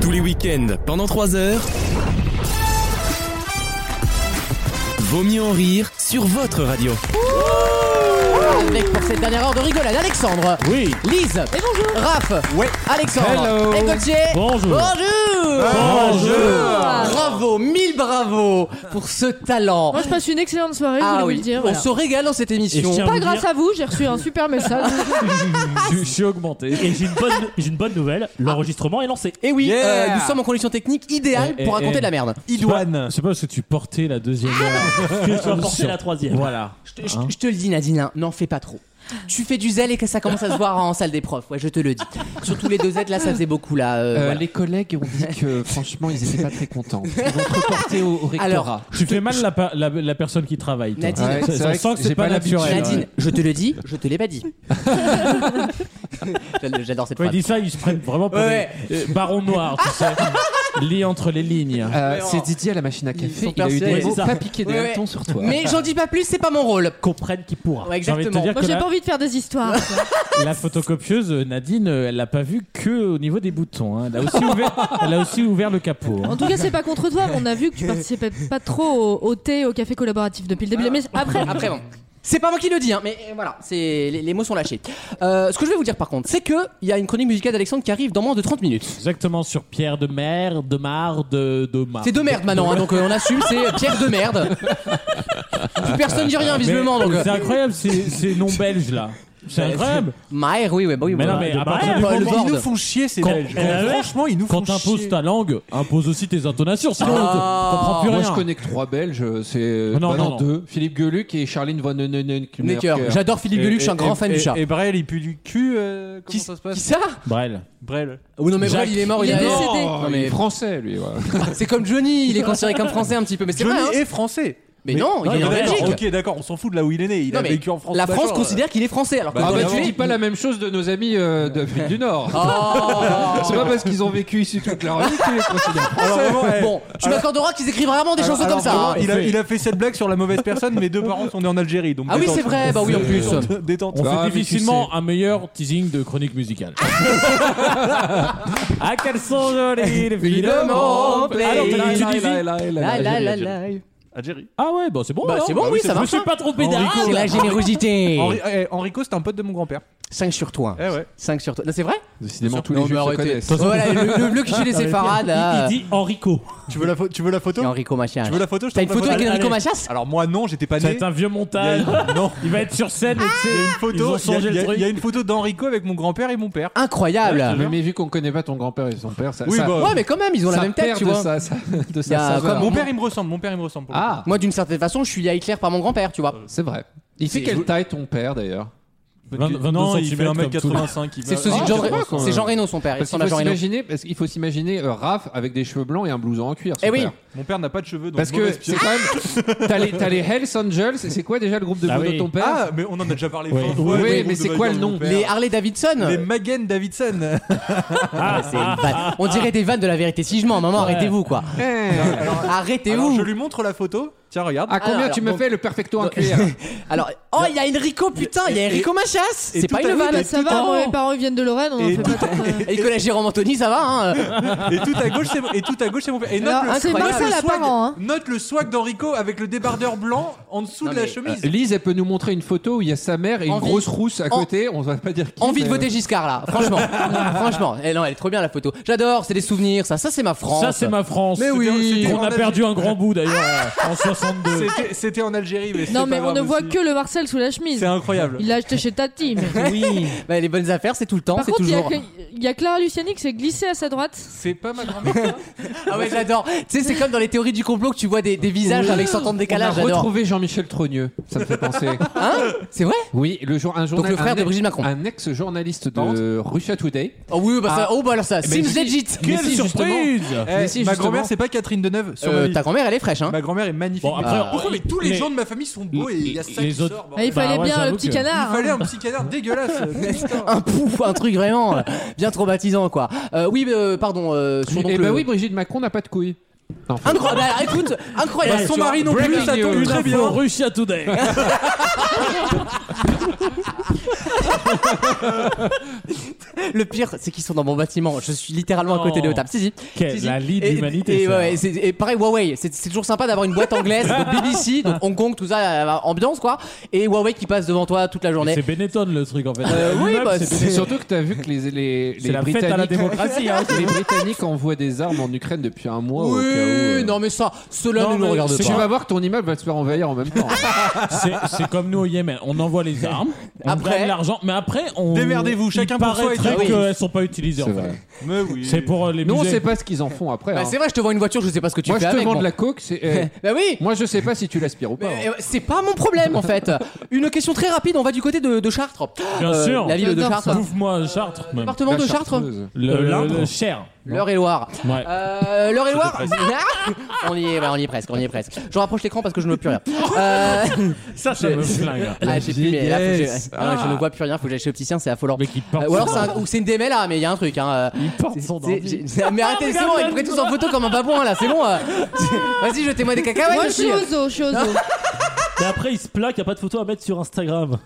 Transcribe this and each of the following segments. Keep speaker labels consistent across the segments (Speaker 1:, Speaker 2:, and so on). Speaker 1: Tous les week-ends, pendant 3 heures. Vaut mieux en rire sur votre radio.
Speaker 2: Avec pour cette dernière heure de rigolade, Alexandre,
Speaker 3: Oui.
Speaker 2: Lise, et bonjour, Raph,
Speaker 3: Ouais.
Speaker 2: Alexandre,
Speaker 3: Hello.
Speaker 2: et Gauthier.
Speaker 3: Bonjour.
Speaker 2: Bonjour.
Speaker 3: Bonjour.
Speaker 2: Bravo, mille bravos pour ce talent.
Speaker 4: Moi, je passe une excellente soirée,
Speaker 2: Ah
Speaker 4: je voulais vous le dire.
Speaker 2: on
Speaker 4: voilà.
Speaker 2: se régale dans cette émission.
Speaker 3: Et je tiens-
Speaker 4: Pas
Speaker 3: vous
Speaker 4: grâce
Speaker 3: dire-
Speaker 4: à vous, j'ai reçu un super message.
Speaker 3: Je, suis augmenté.
Speaker 5: Et j'ai une bonne, j'ai une bonne nouvelle,
Speaker 3: Ah.
Speaker 5: l'enregistrement est lancé.
Speaker 2: Et oui,
Speaker 3: Yeah.
Speaker 2: euh, nous sommes en condition technique idéale
Speaker 3: Eh,
Speaker 2: pour
Speaker 3: eh,
Speaker 2: raconter
Speaker 3: eh.
Speaker 2: de la merde.
Speaker 3: Idouane. C'est pas parce que tu portais la deuxième heure.
Speaker 5: Que tu vas porter la troisième.
Speaker 3: Voilà.
Speaker 2: Je te- je je te le dis, Nadine, hein, n'en fais pas trop. Tu fais du zèle et que ça commence à se voir en salle des profs. Ouais, je te le dis. Surtout les deux aides, là, ça faisait beaucoup, là. euh,
Speaker 6: Euh,
Speaker 2: voilà.
Speaker 6: Les collègues ont dit que franchement ils étaient pas très contents. Ils vont te reporter au, au rectorat.
Speaker 2: Alors,
Speaker 3: Tu fais mal la, pa- la- la personne qui travaille. toi.
Speaker 2: Nadine. Ouais,
Speaker 3: Ça-
Speaker 6: c'est
Speaker 3: ça
Speaker 6: vrai
Speaker 3: sent
Speaker 6: que
Speaker 3: que c'est
Speaker 6: j'ai
Speaker 3: pas
Speaker 6: pas l'habitude.
Speaker 3: naturel.
Speaker 2: Nadine,
Speaker 3: Ouais.
Speaker 2: je te le dis, je te l'ai pas dit. J'adore- J'adore cette
Speaker 3: Quand il
Speaker 2: phrase.
Speaker 3: dit ça, ils se prennent vraiment pour
Speaker 2: Ouais.
Speaker 3: des euh, barons noirs, tu sais. Lit entre les lignes.
Speaker 6: Euh,
Speaker 2: Mais
Speaker 6: c'est
Speaker 2: on-
Speaker 6: Didier à la machine à
Speaker 2: sont
Speaker 6: café. Il a eu
Speaker 2: persuadés.
Speaker 6: des
Speaker 2: Ouais,
Speaker 6: mots
Speaker 3: c'est ça.
Speaker 6: pas piqués des
Speaker 2: Ouais, ouais.
Speaker 6: hannetons sur toi.
Speaker 2: Mais j'en dis pas plus, c'est pas mon rôle.
Speaker 5: Comprenne qui pourra.
Speaker 2: Ouais,
Speaker 3: J'ai envie de te
Speaker 2: exactement.
Speaker 3: dire
Speaker 4: Moi,
Speaker 3: que
Speaker 4: j'ai
Speaker 3: la,
Speaker 4: pas envie de faire des histoires.
Speaker 3: la photocopieuse, euh, Nadine, euh, elle l'a pas vu que au niveau des boutons. hein. Elle, a aussi ouvert, elle a aussi ouvert le capot. hein.
Speaker 4: En tout cas, c'est pas contre toi, mais on a vu que tu participais pas trop au, au thé, au café collaboratif depuis le début. Mais après,
Speaker 2: Après, bon. C'est pas moi qui le dis, hein, mais euh, voilà, c'est les, les mots sont lâchés. Euh, ce que je vais vous dire par contre, c'est que il y a une chronique musicale d'Alexandre qui arrive dans moins de 30 minutes.
Speaker 3: Exactement sur Pierre de Mer, de Mar, de, de Mar.
Speaker 2: C'est de merde maintenant, hein, donc euh, on assume, c'est Pierre de merde. Plus personne dit rien visiblement,
Speaker 3: Mais
Speaker 2: donc. euh,
Speaker 3: C'est incroyable ces, ces noms belges là.
Speaker 7: Bah,
Speaker 3: C'est incroyable.
Speaker 2: Maher, oui, oui, bah oui.
Speaker 3: Mais
Speaker 2: voilà.
Speaker 3: non, mais à
Speaker 5: de Maher,
Speaker 3: partir du
Speaker 2: Paul
Speaker 3: moment
Speaker 2: Borde.
Speaker 7: Ils nous font chier, ces
Speaker 3: Quand-
Speaker 7: Belges.
Speaker 3: Eh ben ouais.
Speaker 7: Franchement, ils nous font
Speaker 3: quand t'imposes
Speaker 7: chier.
Speaker 3: ta langue, impose aussi tes intonations. Sinon,
Speaker 2: Ah.
Speaker 3: on te- comprend plus
Speaker 6: Moi
Speaker 3: rien.
Speaker 6: je connais que trois Belges, c'est
Speaker 3: Non,
Speaker 6: bah
Speaker 3: non, non.
Speaker 6: deux, Philippe Gueluc et Charline Von Neunecker.
Speaker 2: Necker. J'adore Philippe Gueluc, je suis un grand fan du chat.
Speaker 7: Et Brel, il pue du cul. euh,
Speaker 2: Qui-
Speaker 7: comment ça se passe
Speaker 2: Qui ça
Speaker 3: Brel.
Speaker 7: Brel.
Speaker 2: Oh non, mais
Speaker 3: Jacques.
Speaker 2: Brel, il est mort, il,
Speaker 4: Il est
Speaker 2: a-
Speaker 4: décédé.
Speaker 2: Non, mais
Speaker 6: français lui. ouais.
Speaker 2: c'est comme Johnny, il est considéré comme français un petit peu, mais c'est vrai.
Speaker 7: Johnny
Speaker 2: hein.
Speaker 7: est français.
Speaker 2: Mais non, il
Speaker 3: non,
Speaker 2: est en
Speaker 3: mais
Speaker 2: Belgique.
Speaker 7: D'accord, ok, d'accord, on s'en fout de là où il est né. Il
Speaker 2: Non,
Speaker 7: a
Speaker 2: mais
Speaker 7: vécu en France.
Speaker 2: La France
Speaker 7: d'accord,
Speaker 2: considère qu'il est français, alors que
Speaker 6: Ah
Speaker 2: dans
Speaker 6: bah
Speaker 2: la
Speaker 6: tu
Speaker 2: vie-
Speaker 6: dis pas la même chose de nos amis euh, d'Afrique du Nord.
Speaker 2: Oh.
Speaker 6: C'est pas parce qu'ils ont vécu ici toute leur vie qu'ils les considèrent.
Speaker 7: euh, alors vraiment, eh,
Speaker 2: Bon, tu m'accorderas qu'ils écrivent rarement des
Speaker 7: alors-
Speaker 2: chansons comme
Speaker 7: alors vraiment,
Speaker 2: ça. hein.
Speaker 7: Il a, il a fait cette blague sur la mauvaise personne. Mes deux parents sont nés en Algérie. Donc
Speaker 2: Ah oui,
Speaker 7: détente.
Speaker 2: c'est vrai, bah oui, en plus.
Speaker 7: Détente, Détente.
Speaker 3: On
Speaker 6: Ah, mais
Speaker 3: fait
Speaker 6: tu
Speaker 3: difficilement un meilleur teasing de chronique musicale. Ah, quelles sont jolies les filles de mon pays. Ah, non, t'as- tu dis-
Speaker 2: La, la, la, la.
Speaker 7: Algérie.
Speaker 3: Ah ouais, bah c'est bon.
Speaker 2: Bah,
Speaker 3: alors.
Speaker 2: c'est bon, oui, ça
Speaker 3: Je me
Speaker 2: marche.
Speaker 3: suis
Speaker 7: hein.
Speaker 3: pas trompé d'art.
Speaker 2: C'est la générosité.
Speaker 7: Henri- eh, Enrico, c'était un pote de mon grand-père.
Speaker 2: 5 sur toi.
Speaker 7: Eh ouais.
Speaker 2: 5 sur toi. Non, C'est vrai
Speaker 6: Décidément tous
Speaker 2: Non,
Speaker 6: les
Speaker 2: mais
Speaker 6: jeux se
Speaker 2: arrêtez.
Speaker 6: connaissent.
Speaker 2: Voilà, le, le, le cliché des séfarades, là.
Speaker 3: Il dit Enrico.
Speaker 7: Tu veux la, pho- tu veux la photo
Speaker 2: Et Enrico Macias.
Speaker 7: Tu veux la photo Je
Speaker 2: T'as une
Speaker 7: t'envoie
Speaker 2: photo
Speaker 7: la
Speaker 2: avec Enrico
Speaker 3: Allez.
Speaker 2: Macias
Speaker 7: Alors moi, non, j'étais pas né.
Speaker 3: C'est un vieux
Speaker 7: Il y a
Speaker 3: montage.
Speaker 7: une- Non.
Speaker 3: Il va être sur scène. et tu sais,
Speaker 7: Ah Il y
Speaker 3: Ils ont
Speaker 7: a une photo. Il y a-
Speaker 3: changé
Speaker 7: il y
Speaker 3: le
Speaker 7: a-
Speaker 3: truc.
Speaker 7: il y a une photo d'Enrico avec mon grand-père et mon père.
Speaker 2: Incroyable
Speaker 6: Mais, mais vu qu'on connaît pas ton grand-père et son père, ça,
Speaker 7: Oui,
Speaker 6: ça,
Speaker 7: bah,
Speaker 2: Ouais, mais quand même, ils ont
Speaker 6: ça
Speaker 2: la même tête,
Speaker 6: perd
Speaker 2: tu
Speaker 6: de
Speaker 2: vois.
Speaker 6: sa- sa- de
Speaker 2: Il y a
Speaker 6: sa saveur.
Speaker 2: comme-
Speaker 7: Mon père, il me ressemble. Mon père, il me ressemble. pour le
Speaker 6: Ah,
Speaker 2: Moi, d'une certaine façon, je suis à Hitler par mon grand-père, tu
Speaker 7: Ah,
Speaker 2: vois.
Speaker 6: c'est vrai. Il
Speaker 2: C'est-
Speaker 6: fait
Speaker 2: je-
Speaker 6: quelle taille ton père d'ailleurs
Speaker 7: coup.
Speaker 3: vingt- vingt-deux
Speaker 7: non, il fait
Speaker 3: centimètres,
Speaker 7: 1m85. il
Speaker 2: C'est
Speaker 7: va-
Speaker 2: le sosie
Speaker 6: Ah,
Speaker 2: de Jean
Speaker 6: je sais
Speaker 2: Reno.
Speaker 6: pas, quand
Speaker 2: C'est
Speaker 6: même.
Speaker 2: Jean Reno, son père. Il
Speaker 6: Parce
Speaker 2: ressemble
Speaker 6: qu'il
Speaker 2: à
Speaker 6: faut
Speaker 2: Jean Reno.
Speaker 6: s'imaginer, parce qu'il faut s'imaginer euh, Raph avec des cheveux blancs et un blouson en cuir. son
Speaker 2: Eh oui. Ah.
Speaker 6: père.
Speaker 7: Mon père n'a pas de cheveux. donc
Speaker 6: Parce que
Speaker 7: mauvaise
Speaker 6: c'est
Speaker 7: pioche.
Speaker 6: quand même. T'as les, t'as les Hells Angels, et c'est quoi déjà le groupe de
Speaker 3: Ah
Speaker 6: mots de
Speaker 3: oui.
Speaker 6: ton père
Speaker 7: Ah, mais on en a déjà parlé.
Speaker 3: Oui.
Speaker 7: plein de
Speaker 3: Oui,
Speaker 7: fois,
Speaker 6: oui,
Speaker 7: les
Speaker 6: mais
Speaker 7: groupes
Speaker 6: c'est
Speaker 7: de
Speaker 6: quoi le
Speaker 7: Michael
Speaker 6: nom
Speaker 7: Père.
Speaker 2: Les Harley Davidson.
Speaker 7: Les Magen Davidson.
Speaker 2: Ah, c'est une vanne. On dirait des vannes de la vérité. Si je mens, maman, arrêtez-vous, quoi.
Speaker 7: Alors, je
Speaker 2: Arrêtez-vous.
Speaker 7: lui montre la photo. Tiens, regarde.
Speaker 6: Eh. À combien
Speaker 2: alors,
Speaker 6: tu me
Speaker 2: donc-
Speaker 6: fais le perfecto en cuir
Speaker 2: Alors, oh, il y a Enrico, putain, il y a Enrico Machas.
Speaker 7: et
Speaker 2: C'est
Speaker 7: tout
Speaker 2: pas
Speaker 7: à
Speaker 2: une
Speaker 7: fait,
Speaker 2: vanne.
Speaker 7: mais-
Speaker 4: ça
Speaker 7: tout
Speaker 4: va,
Speaker 7: en-
Speaker 4: moi, mes parents ils viennent de Lorraine, on en
Speaker 7: Et
Speaker 4: fait pas trop, euh.
Speaker 2: Et que la Jérôme Anthony, ça va, hein.
Speaker 7: Et tout à gauche, c'est mon- et tout à gauche, c'est mon père. Et note
Speaker 4: Alors,
Speaker 7: le-
Speaker 4: C'est
Speaker 2: incroyable.
Speaker 4: pas ça
Speaker 7: le
Speaker 4: la
Speaker 7: swag-
Speaker 4: parent, hein.
Speaker 7: Note le swag d'Enrico avec le débardeur blanc en dessous de la chemise.
Speaker 6: Euh, Lise, elle peut nous montrer une photo où il y a sa mère et une
Speaker 2: Envie.
Speaker 6: grosse rousse à
Speaker 2: En-
Speaker 6: côté. On va pas dire qui.
Speaker 2: Envie de
Speaker 6: mais-
Speaker 2: voter Giscard là, franchement. franchement, eh non, elle est trop bien la photo. J'adore, c'est des souvenirs, ça, ça c'est ma France.
Speaker 3: Ça, c'est ma France.
Speaker 7: C'était-
Speaker 6: oui.
Speaker 7: c'était
Speaker 3: On
Speaker 7: en
Speaker 3: a
Speaker 7: Algérie.
Speaker 3: perdu un grand Ah. bout d'ailleurs en 62.
Speaker 7: C'était- C'était en Algérie, mais c'est
Speaker 4: Non,
Speaker 7: pas
Speaker 4: mais on
Speaker 7: grave
Speaker 4: ne voit
Speaker 7: aussi.
Speaker 4: que le Marcel sous la chemise.
Speaker 7: C'est incroyable.
Speaker 4: Il l'a acheté chez Tati. mais-
Speaker 3: Oui.
Speaker 2: Bah, les bonnes affaires, c'est tout le temps,
Speaker 4: Par
Speaker 2: c'est
Speaker 4: contre, il y, a
Speaker 2: toujours.
Speaker 4: que- il y a Clara Luciani qui s'est glissée à sa droite.
Speaker 7: C'est pas ma grand-mère.
Speaker 2: Ah ouais, j'adore. Tu sais, c'est comme dans les théories du complot que tu vois des, des visages avec 100 ans de
Speaker 6: On a
Speaker 2: décalage, j'adore. Hein
Speaker 6: retrouvé Jean-Michel Trogneux. Ça me fait penser.
Speaker 2: C'est vrai
Speaker 6: Oui, le jour, un journal-
Speaker 2: le frère
Speaker 6: un
Speaker 2: de
Speaker 6: ex-
Speaker 2: Brigitte Macron.
Speaker 6: Un ex-journaliste de Russia Today.
Speaker 2: Oh oui, bah ça,
Speaker 6: Ah.
Speaker 2: oh bah alors ça,
Speaker 6: Mais
Speaker 2: seems
Speaker 6: si-
Speaker 2: legit.
Speaker 6: Mais
Speaker 3: Quelle
Speaker 6: si,
Speaker 3: surprise
Speaker 7: Eh,
Speaker 6: si,
Speaker 7: ma
Speaker 6: justement.
Speaker 7: grand-mère, c'est pas Catherine Deneuve. Sur
Speaker 2: Euh,
Speaker 7: ma vie.
Speaker 2: ta grand-mère, elle est fraîche, hein.
Speaker 7: Ma grand-mère est magnifique.
Speaker 3: Bon, après,
Speaker 2: Ah.
Speaker 7: Pourquoi mais tous les,
Speaker 3: les-
Speaker 7: gens de ma famille sont beaux et il y a ça
Speaker 3: les
Speaker 7: qui
Speaker 3: autres-
Speaker 7: sort.
Speaker 4: Ah,
Speaker 7: bordel.
Speaker 4: il fallait
Speaker 3: ouais,
Speaker 4: bien le
Speaker 3: j'avoue
Speaker 4: petit
Speaker 3: que-
Speaker 7: Il
Speaker 4: canard. hein.
Speaker 7: fallait un petit canard dégueulasse. Putain.
Speaker 2: Un pouf, un truc vraiment euh, bien traumatisant quoi. Euh, oui, euh, pardon, euh, sur donc
Speaker 6: Et
Speaker 2: le-
Speaker 6: bah oui, Brigitte Macron n'a pas de couilles. Enfin,
Speaker 2: Incroyable, bah, écoute,
Speaker 3: Eh,
Speaker 2: incroyable.
Speaker 7: Son mari non plus,
Speaker 6: Breaking
Speaker 7: ça tombe
Speaker 6: news.
Speaker 7: très bien.
Speaker 3: Info Russia Today.
Speaker 2: Le pire, c'est qu'ils sont dans mon bâtiment. Je suis littéralement à côté
Speaker 3: Oh.
Speaker 2: de tables. Si, si.
Speaker 3: Quelle-
Speaker 2: Si, si.
Speaker 3: la Ligue
Speaker 2: Et-
Speaker 3: d'humanité,
Speaker 2: Et,
Speaker 3: ça.
Speaker 2: ouais, c'est- et pareil, Huawei. C'est c'est toujours sympa d'avoir une boîte anglaise, donc BBC, donc Hong Kong, tout ça, euh, ambiance quoi. Et Huawei qui passe devant toi toute la journée.
Speaker 3: C'est Benetton le truc en fait.
Speaker 2: Euh, oui,
Speaker 3: L'immeuble,
Speaker 2: bah,
Speaker 3: c'est
Speaker 2: c'est-
Speaker 6: C'est
Speaker 3: Benetton.
Speaker 6: surtout que tu as vu que les, les,
Speaker 3: C'est
Speaker 6: les
Speaker 3: la fête
Speaker 6: Britanniques.
Speaker 3: à la démocratie. hein.
Speaker 6: les Britanniques envoient des armes en Ukraine depuis un mois. au cas où,
Speaker 2: Oui,
Speaker 6: euh,
Speaker 2: non mais ça, cela
Speaker 3: Non,
Speaker 2: ne nous
Speaker 3: mais
Speaker 2: regarde
Speaker 3: c'est-
Speaker 6: Tu
Speaker 2: pas.
Speaker 6: vas voir que ton immeuble va se faire envahir en même temps.
Speaker 3: C'est c'est comme nous au Yémen, on envoie les armes, on
Speaker 2: Après-
Speaker 3: gagne l'argent, mais après on.
Speaker 7: Démerdez-vous, chacun
Speaker 3: il
Speaker 7: pour soi et
Speaker 3: paraîtrait
Speaker 2: tout. Oui.
Speaker 3: qu'elles sont pas utilisées en
Speaker 6: C'est
Speaker 3: fait.
Speaker 6: vrai.
Speaker 7: Mais oui.
Speaker 3: C'est pour euh, les
Speaker 6: Nous, on
Speaker 3: musées.
Speaker 6: sait pas ce qu'ils en font après.
Speaker 2: Bah,
Speaker 6: hein.
Speaker 2: c'est vrai, je te vois une voiture, je sais pas ce que tu
Speaker 6: Moi,
Speaker 2: fais
Speaker 6: je te
Speaker 2: avec.
Speaker 6: demande
Speaker 2: bon.
Speaker 6: la coke. c'est- euh,
Speaker 2: Bah oui.
Speaker 6: Moi, je sais pas si tu l'aspires ou pas.
Speaker 2: Mais,
Speaker 6: hein.
Speaker 2: euh, C'est pas mon problème en fait. Une question très rapide, on va du côté de, de Chartres. Euh,
Speaker 3: Bien sûr.
Speaker 2: La ville de
Speaker 4: J'adore
Speaker 2: Chartres.
Speaker 4: ça.
Speaker 3: Bouffe-moi Chartres même.
Speaker 2: Département
Speaker 6: La
Speaker 2: de Chartres.
Speaker 6: chartreuse.
Speaker 3: Le, le,
Speaker 5: l'Indre.
Speaker 3: le Cher.
Speaker 2: L'Eure-et-Loire.
Speaker 3: Ouais.
Speaker 2: Euh, L'Eure-et-Loire. on y est, ouais, on y est presque, on y est presque. Je rapproche l'écran parce que je ne vois plus rien. Euh,
Speaker 3: ça, ça me flingue.
Speaker 2: ah, j'ai plus mes- là, faut que je-
Speaker 3: vieillesse.
Speaker 2: ah, je ne vois plus rien, faut que j'aille chez l'opticien, c'est affolant.
Speaker 3: Mais qui porte.
Speaker 2: Euh, ou alors c'est un- ou c'est une DML là, mais il y a un truc. Hein. euh,
Speaker 3: Il porte
Speaker 2: c'est-
Speaker 3: son
Speaker 2: c'est-
Speaker 3: ordi.
Speaker 2: j'ai- mais arrêtez, c'est bon, ils prennent tous en photo comme un babouin là, c'est bon. euh. Vas-y, jetez-moi des cacahuètes.
Speaker 4: Moi, je
Speaker 2: aussi.
Speaker 4: suis aux eaux, je suis aux eaux.
Speaker 5: Et après, il se plaint qu'il n'y a pas de photo à mettre sur Instagram.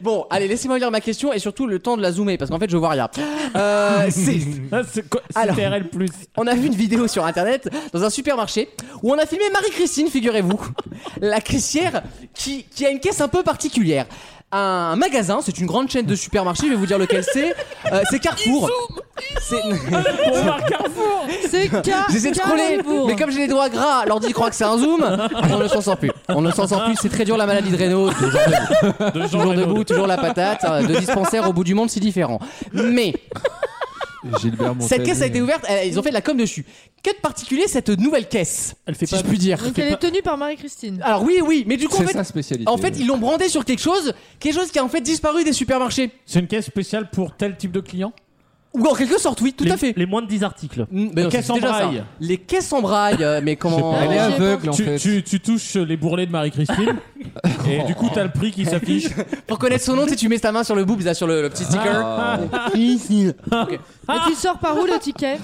Speaker 2: Bon, allez, laissez-moi lire ma question et surtout le temps de la zoomer parce qu'en fait je vois rien. Euh, c'est-
Speaker 3: Ah, C'est quoi- c'est
Speaker 2: Alors.
Speaker 3: TRL plus.
Speaker 2: on a vu une vidéo sur internet dans un supermarché où on a filmé Marie-Christine, figurez-vous, la caissière qui, qui a une caisse un peu particulière. Un magasin, c'est une grande chaîne de supermarchés, je vais vous dire lequel c'est. Euh, c'est Carrefour. C'est-
Speaker 3: On marque Carrefour.
Speaker 4: C'est car.
Speaker 2: J'essaie de scroller,
Speaker 4: Carrefour.
Speaker 2: mais comme j'ai les doigts gras, l'ordi croit que c'est un zoom, on ne s'en sort plus. On ne s'en sort plus, c'est très dur la maladie de Renault.
Speaker 3: De Jean
Speaker 2: Toujours
Speaker 3: Reno.
Speaker 2: debout, toujours la patate. hein, Deux dispensaires au bout du monde, c'est différent. Mais
Speaker 6: Gilbert
Speaker 2: cette
Speaker 6: Montagnier.
Speaker 2: caisse a été ouverte, euh, ils ont fait de la com dessus. Qu'a de particulier cette nouvelle caisse
Speaker 5: Elle fait
Speaker 2: Si
Speaker 5: pas.
Speaker 2: je puis dire.
Speaker 4: Donc elle est tenue par Marie-Christine.
Speaker 2: Alors oui, oui, mais du coup, en
Speaker 6: C'est
Speaker 2: fait,
Speaker 6: sa spécialité.
Speaker 2: en fait, ils l'ont brandé sur quelque chose, quelque chose qui a en fait disparu des supermarchés.
Speaker 3: C'est une caisse spéciale pour tel type de client
Speaker 2: Ou en quelque sorte, oui, tout
Speaker 5: les,
Speaker 2: à fait.
Speaker 5: Les moins de 10 articles.
Speaker 2: Mm, mais non,
Speaker 3: caisses
Speaker 2: c'est
Speaker 3: en
Speaker 2: déjà ça.
Speaker 3: braille.
Speaker 2: Les caisses en braille, euh, mais comment
Speaker 4: Je sais
Speaker 6: Elle est
Speaker 4: Ah, j'y ai
Speaker 6: aveugle en
Speaker 3: tu,
Speaker 6: fait.
Speaker 3: tu- tu touches les bourrelets de Marie-Christine et du coup t'as le prix qui s'affiche.
Speaker 2: Pour connaître son nom, tu sais, tu mets ta main sur le boob, là, sur le, le petit sticker.
Speaker 6: Ah.
Speaker 4: Et tu sors par où le ticket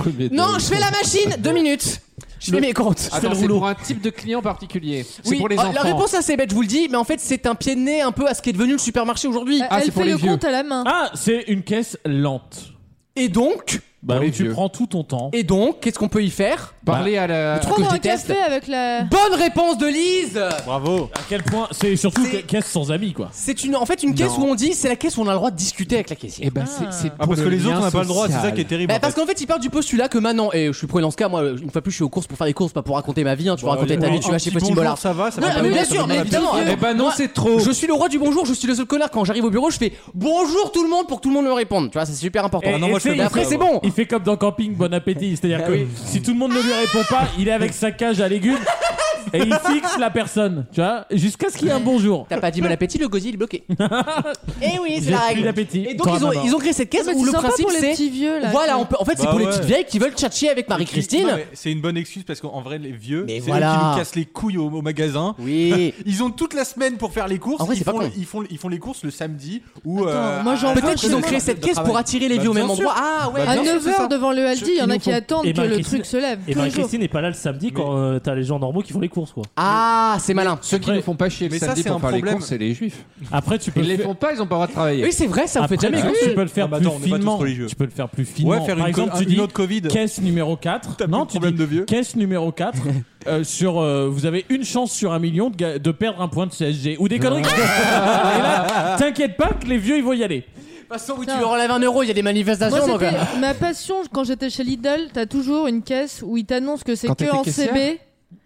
Speaker 6: Premier
Speaker 2: Non,
Speaker 6: date.
Speaker 2: je fais la machine, deux minutes. Je fais mes comptes.
Speaker 6: Attends, c'est pour un type de client particulier. Ah, C'est
Speaker 2: Oui,
Speaker 6: pour les
Speaker 2: oh,
Speaker 6: enfants.
Speaker 2: la réponse est assez bête, je vous le dis, mais en fait, c'est un pied de nez un peu à ce qui est devenu le supermarché aujourd'hui.
Speaker 4: Elle-
Speaker 6: Ah, c'est
Speaker 4: Elle
Speaker 6: pour
Speaker 4: fait
Speaker 6: les
Speaker 4: le
Speaker 6: vieux.
Speaker 4: compte à la main.
Speaker 3: Ah, c'est une caisse lente.
Speaker 2: Et donc,
Speaker 3: Bah,
Speaker 6: les
Speaker 3: où tu
Speaker 6: vieux.
Speaker 3: prends tout ton temps.
Speaker 2: et donc, qu'est-ce qu'on peut y faire
Speaker 6: Parler à la.
Speaker 2: Trois-
Speaker 4: Prendre
Speaker 2: que je
Speaker 4: un
Speaker 2: déteste.
Speaker 4: café avec la.
Speaker 2: Bonne réponse de Lise
Speaker 7: Bravo.
Speaker 3: À quel point C'est surtout
Speaker 2: C'est-
Speaker 3: une caisse sans amis, quoi.
Speaker 2: C'est une, en fait une caisse
Speaker 6: Non.
Speaker 2: où on dit c'est la caisse où on a le droit de discuter avec la caissière.
Speaker 6: Eh ben, c'est- c'est
Speaker 7: Ah,
Speaker 6: pour
Speaker 7: parce que les autres,
Speaker 6: lien
Speaker 7: on n'a pas le droit, c'est
Speaker 6: social.
Speaker 7: ça qui est terrible.
Speaker 2: Bah,
Speaker 7: en
Speaker 2: parce
Speaker 7: fait.
Speaker 2: qu'en fait, il part du postulat que maintenant, et je suis prenant dans ce cas, moi, une fois plus, je suis aux courses pour faire des courses, pas pour raconter ma vie, hein, tu peux raconter ta vie, tu
Speaker 7: Un
Speaker 2: vas chez
Speaker 7: petit
Speaker 2: Possible
Speaker 7: bonjour,
Speaker 2: Bollard.
Speaker 7: Ça va, ça
Speaker 2: Non,
Speaker 7: va. pas
Speaker 2: mais
Speaker 7: mal,
Speaker 2: bien
Speaker 7: ça
Speaker 2: sûr,
Speaker 7: va
Speaker 2: mais
Speaker 7: mal.
Speaker 2: évidemment.
Speaker 6: Eh ben non,
Speaker 2: Moi,
Speaker 6: c'est trop.
Speaker 2: Je suis le roi du bonjour, je suis le seul connard quand j'arrive au bureau, je fais bonjour tout le monde pour que tout le monde me réponde. Tu vois, c'est super important.
Speaker 3: Et-
Speaker 7: non, moi,
Speaker 3: et
Speaker 7: je fais
Speaker 3: tu sais,
Speaker 7: pas
Speaker 2: bah, après,
Speaker 3: il-
Speaker 2: c'est bon.
Speaker 3: Il fait comme dans Camping, bon appétit. C'est-à-dire
Speaker 2: Ah
Speaker 3: que
Speaker 2: oui.
Speaker 3: si tout le monde ne lui répond pas, il est avec sa cage à légumes et il fixe la personne, tu vois, jusqu'à ce qu'il y ait un bonjour.
Speaker 2: T'as pas dit bon appétit, le gosier il est bloqué. Eh oui, c'est
Speaker 3: J'ai
Speaker 2: la
Speaker 3: plus
Speaker 2: règle.
Speaker 3: d'appétit.
Speaker 2: Et donc,
Speaker 3: Toi,
Speaker 2: ils ont,
Speaker 3: maman.
Speaker 2: ils ont créé cette caisse
Speaker 4: Mais
Speaker 2: où
Speaker 4: c'est
Speaker 2: le
Speaker 4: sympa
Speaker 2: principe
Speaker 4: pour les
Speaker 2: c'est.
Speaker 4: petits vieux là.
Speaker 2: Voilà, on peut- en fait, c'est
Speaker 7: Bah
Speaker 2: pour les
Speaker 7: ouais.
Speaker 2: petites vieilles qui veulent tchatcher avec
Speaker 7: Non,
Speaker 2: Marie-Christine.
Speaker 7: mais C'est une bonne excuse parce qu'en vrai, les vieux,
Speaker 2: Mais
Speaker 7: c'est
Speaker 2: voilà.
Speaker 7: eux qui nous cassent les couilles au, au magasin.
Speaker 2: Oui.
Speaker 7: Ils ont toute la semaine pour faire les courses.
Speaker 2: En vrai, c'est
Speaker 7: ils,
Speaker 2: pas
Speaker 7: font,
Speaker 2: con.
Speaker 7: ils, font, ils font les courses le samedi ou. euh,
Speaker 4: moi, j'en
Speaker 7: à-
Speaker 4: veux
Speaker 2: Peut-être qu'ils ont créé cette caisse pour attirer les
Speaker 7: Bah,
Speaker 2: vieux au
Speaker 7: bien
Speaker 2: même
Speaker 7: sûr.
Speaker 2: endroit. Ah ouais.
Speaker 4: À
Speaker 7: bien sûr, c'est ça.
Speaker 4: 9h devant le Aldi, il y en a
Speaker 3: nous
Speaker 4: qui
Speaker 3: font-
Speaker 4: attendent
Speaker 3: Et
Speaker 4: que le
Speaker 3: Marie-Christine-
Speaker 4: truc se lève.
Speaker 5: Et
Speaker 4: tous les jours.
Speaker 5: Marie-Christine n'est pas là le samedi quand euh, t'as les gens normaux qui font les courses, quoi.
Speaker 2: Ah, c'est malin.
Speaker 6: Ceux qui
Speaker 3: Après-
Speaker 6: ne font pas chier le
Speaker 7: Mais ça,
Speaker 6: samedi
Speaker 7: c'est
Speaker 6: pour
Speaker 7: un
Speaker 6: faire les
Speaker 7: problème.
Speaker 6: courses, c'est les juifs.
Speaker 3: Après, tu peux
Speaker 6: Ils
Speaker 3: le
Speaker 6: les
Speaker 3: faire-
Speaker 6: font pas, ils n'ont pas le droit de travailler.
Speaker 2: Oui, c'est vrai, ça vous
Speaker 3: Après,
Speaker 2: fait jamais.
Speaker 3: tu-
Speaker 2: gros.
Speaker 3: tu peux le faire
Speaker 7: Ah bah
Speaker 3: plus
Speaker 7: attends, on est pas tous
Speaker 3: finement.
Speaker 7: religieux.
Speaker 3: Tu peux le faire plus finement.
Speaker 7: Ouais, faire
Speaker 3: Par
Speaker 7: une, co-
Speaker 3: exemple,
Speaker 7: un-
Speaker 3: tu dis
Speaker 7: une autre Covid.
Speaker 3: caisse numéro 4.
Speaker 7: T'as
Speaker 3: Non,
Speaker 7: plus de
Speaker 3: tu
Speaker 7: problème
Speaker 3: dis
Speaker 7: de vieux.
Speaker 3: caisse numéro 4. euh, sur, euh, vous avez une chance sur un million de, ga- de perdre un point de CSG ou des conneries. Et là, t'inquiète pas que les vieux ils vont y aller.
Speaker 2: De toute façon, où tu
Speaker 4: Putain.
Speaker 2: leur enlèves un euro, il y a des
Speaker 4: Moi,
Speaker 2: manifestations. donc,
Speaker 4: c'était
Speaker 2: euh,
Speaker 4: ma passion quand j'étais chez Lidl. T'as toujours une caisse où ils t'annoncent que c'est
Speaker 6: Quand
Speaker 4: que
Speaker 6: t'étais
Speaker 4: en
Speaker 6: caissière
Speaker 4: CB.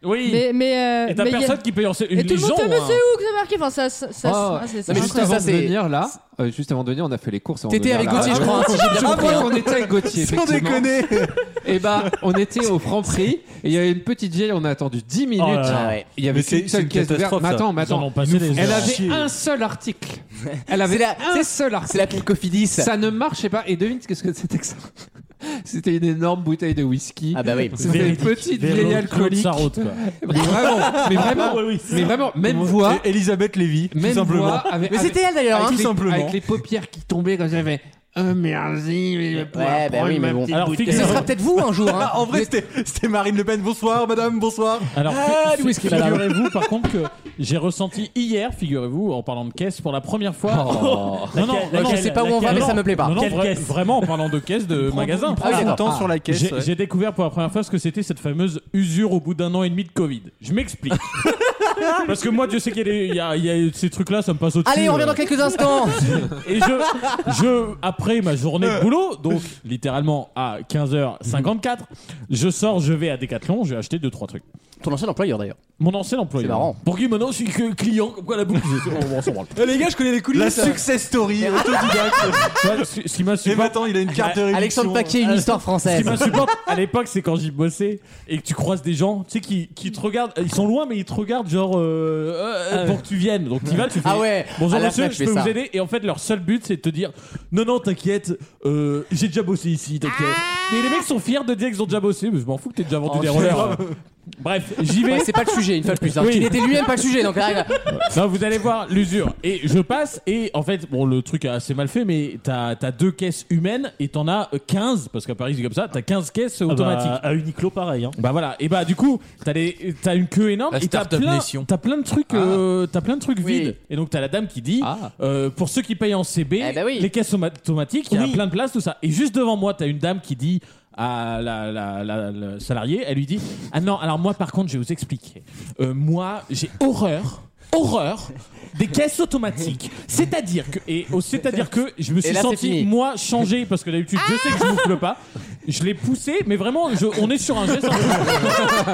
Speaker 3: Oui.
Speaker 4: Mais, mais, euh,
Speaker 3: et t'as
Speaker 4: mais y a-
Speaker 3: personne qui paye en CSG.
Speaker 4: Et tout le monde
Speaker 3: gens,
Speaker 4: fait, mais
Speaker 3: hein.
Speaker 4: c'est où que c'est marqué Enfin, ça, ça, ça-
Speaker 6: Ah,
Speaker 4: ah, c'est- c'est
Speaker 2: mais
Speaker 6: Juste
Speaker 2: ça,
Speaker 6: avant de
Speaker 2: c'est-
Speaker 6: venir là, euh, juste avant de venir, on a fait les courses. avant
Speaker 2: T'étais
Speaker 6: de
Speaker 2: avec
Speaker 6: venir, là.
Speaker 2: Gauthier, je crois, hein, si j'ai bien
Speaker 6: Ah,
Speaker 2: compris.
Speaker 6: bon, on était avec Gauthier.
Speaker 7: Sans déconner.
Speaker 6: Et bah, on était au Franprix et il y avait une petite vieille, on a attendu 10 minutes.
Speaker 3: Oh là là.
Speaker 2: Ah ouais.
Speaker 6: Il y avait
Speaker 7: Mais c'est-
Speaker 6: qu'une
Speaker 7: c'est
Speaker 6: seule
Speaker 7: une
Speaker 6: caisse ouverte.
Speaker 7: catastrophe,
Speaker 6: Mais attends, mais
Speaker 3: Ils en ont
Speaker 6: attends.
Speaker 3: passé les
Speaker 6: Elle
Speaker 3: heures.
Speaker 6: avait
Speaker 7: chier.
Speaker 6: un seul article. Elle avait
Speaker 2: C'est la-
Speaker 6: un seul article.
Speaker 2: C'est la pile Cofidis.
Speaker 6: Ça ne marchait pas. Et devine ce que c'était que ça. C'était une énorme bouteille de whisky.
Speaker 2: Ah bah oui.
Speaker 6: C'était une
Speaker 3: Véridique.
Speaker 6: petite
Speaker 3: Vélo-
Speaker 6: vieille
Speaker 3: Claude
Speaker 6: alcoolique.
Speaker 3: Sarraute, quoi.
Speaker 6: Mais vraiment, mais
Speaker 5: Ah
Speaker 6: vraiment,
Speaker 5: ouais, oui, c'est
Speaker 6: mais
Speaker 5: ça.
Speaker 6: vraiment, même voix,
Speaker 7: C'est Elisabeth Lévy, tout
Speaker 6: même
Speaker 7: simplement.
Speaker 6: voix. Avec,
Speaker 2: Mais
Speaker 6: avec-
Speaker 2: c'était elle d'ailleurs.
Speaker 6: avec
Speaker 2: hein.
Speaker 6: les-
Speaker 7: Tout simplement.
Speaker 6: Avec les paupières qui tombaient quand j'avais. euh,
Speaker 8: Oh merci, mais je vais pouvoir
Speaker 2: Ouais, bah
Speaker 8: prendre
Speaker 2: oui, mais
Speaker 8: ma
Speaker 2: bon.
Speaker 8: petite
Speaker 3: Alors,
Speaker 8: bouteille.
Speaker 2: Et ce sera peut-être vous un jour. Hein.
Speaker 7: Ah, En vrai, c'était c'était Marine Le Pen. Bonsoir, madame, bonsoir.
Speaker 3: Alors,
Speaker 2: Ah,
Speaker 3: fi-
Speaker 2: du
Speaker 3: fi-
Speaker 2: whisky.
Speaker 3: figurez-vous par contre que j'ai ressenti hier, figurez-vous, en parlant de caisse pour la première fois. Non, non,
Speaker 5: Laquelle-
Speaker 3: non,
Speaker 2: je sais pas où on va, mais
Speaker 3: non,
Speaker 2: ça me plaît pas.
Speaker 3: non, non,
Speaker 5: Quelle
Speaker 3: vra-
Speaker 5: caisse
Speaker 3: Vraiment, en parlant de caisse de magasin.
Speaker 7: Prends
Speaker 3: Ah,
Speaker 7: son temps sur la caisse.
Speaker 3: J'ai
Speaker 7: ouais.
Speaker 3: j'ai découvert pour la première fois ce que c'était cette fameuse usure au bout d'un an et demi de Covid. Je m'explique. Parce que moi, Dieu sait qu'il y, a des- il y a- il y a ces trucs-là, ça me passe au-dessus.
Speaker 2: Allez, on revient
Speaker 3: euh.
Speaker 2: dans quelques instants.
Speaker 3: Et je, je, après ma journée de boulot, donc littéralement à 15h54, je sors, je vais à Decathlon, je vais acheter 2-3 trucs.
Speaker 2: Ton ancien employeur d'ailleurs.
Speaker 3: Mon ancien employeur.
Speaker 2: C'est marrant.
Speaker 3: Pour qui maintenant je suis que client, comme quoi la boucle, je- on, on s'en branle.
Speaker 7: Eh, les gars, je connais les coulisses. La success story, autodidacte.
Speaker 3: Tu vois, Ce ce qui
Speaker 7: Et
Speaker 3: m'insupporte-
Speaker 7: maintenant, il a une carte de réduction.
Speaker 2: Alexandre Paquet, une histoire
Speaker 3: ce qui
Speaker 2: française.
Speaker 3: m'insupporte à l'époque, c'est quand j'y bossais et que tu croises des gens, tu sais, qui, qui te regardent, ils sont loin, mais ils te regardent genre euh, euh, euh, pour que tu viennes. Donc tu vas, tu fais.
Speaker 2: Ah ouais,
Speaker 3: Bonjour
Speaker 2: à la
Speaker 3: monsieur,
Speaker 2: Fnac,
Speaker 3: je
Speaker 2: je
Speaker 3: peux
Speaker 2: fais
Speaker 3: vous
Speaker 2: ça.
Speaker 3: aider Et en fait, leur seul but, c'est de te dire Non, non, t'inquiète, euh, j'ai déjà bossé ici, t'inquiète. Mais les mecs sont fiers de dire qu'ils ont déjà bossé, mais je m'en fous que t'aies déjà vendu
Speaker 2: Ah Oh,
Speaker 3: des
Speaker 2: c'est
Speaker 3: rollers. Bref, j'y vais.
Speaker 2: Ouais, c'est pas le sujet, une fois de plus. Hein.
Speaker 3: Oui.
Speaker 2: Il était lui-même pas le sujet, donc arrête.
Speaker 3: Non, vous allez voir l'usure. Et je passe, et en fait, bon, le truc est assez mal fait, mais t'as as deux caisses humaines et t'en as euh, 15, parce qu'à Paris, c'est comme ça, t'as 15 caisses
Speaker 5: Ah bah,
Speaker 3: automatiques.
Speaker 5: à Uniqlo, pareil. hein.
Speaker 3: Bah voilà, et bah du coup, t'as les- t'as une queue énorme
Speaker 1: La
Speaker 3: et t'as
Speaker 1: start-up
Speaker 3: plein,
Speaker 1: nation.
Speaker 3: t'as plein de trucs, euh, t'as plein de trucs
Speaker 2: Oui.
Speaker 3: vides. Et donc t'as la dame qui dit,
Speaker 1: Ah.
Speaker 3: euh, pour ceux qui payent en CB,
Speaker 2: Eh bah oui.
Speaker 3: les caisses automa- automatiques, il y a
Speaker 5: Oui.
Speaker 3: plein de places, tout ça. Et juste devant moi, t'as une dame qui dit à la, la- la- la salariée, elle lui dit, ah non, alors moi par contre, je vais vous expliquer. Euh, moi, j'ai horreur. Horreur des caisses automatiques. C'est-à-dire que, et oh, c'est-à-dire que je me suis
Speaker 2: là, c'est
Speaker 3: senti
Speaker 2: fini. Ah
Speaker 3: moi changé parce que d'habitude je sais que je boucle pas. Je l'ai poussé, mais vraiment, je- on est sur un geste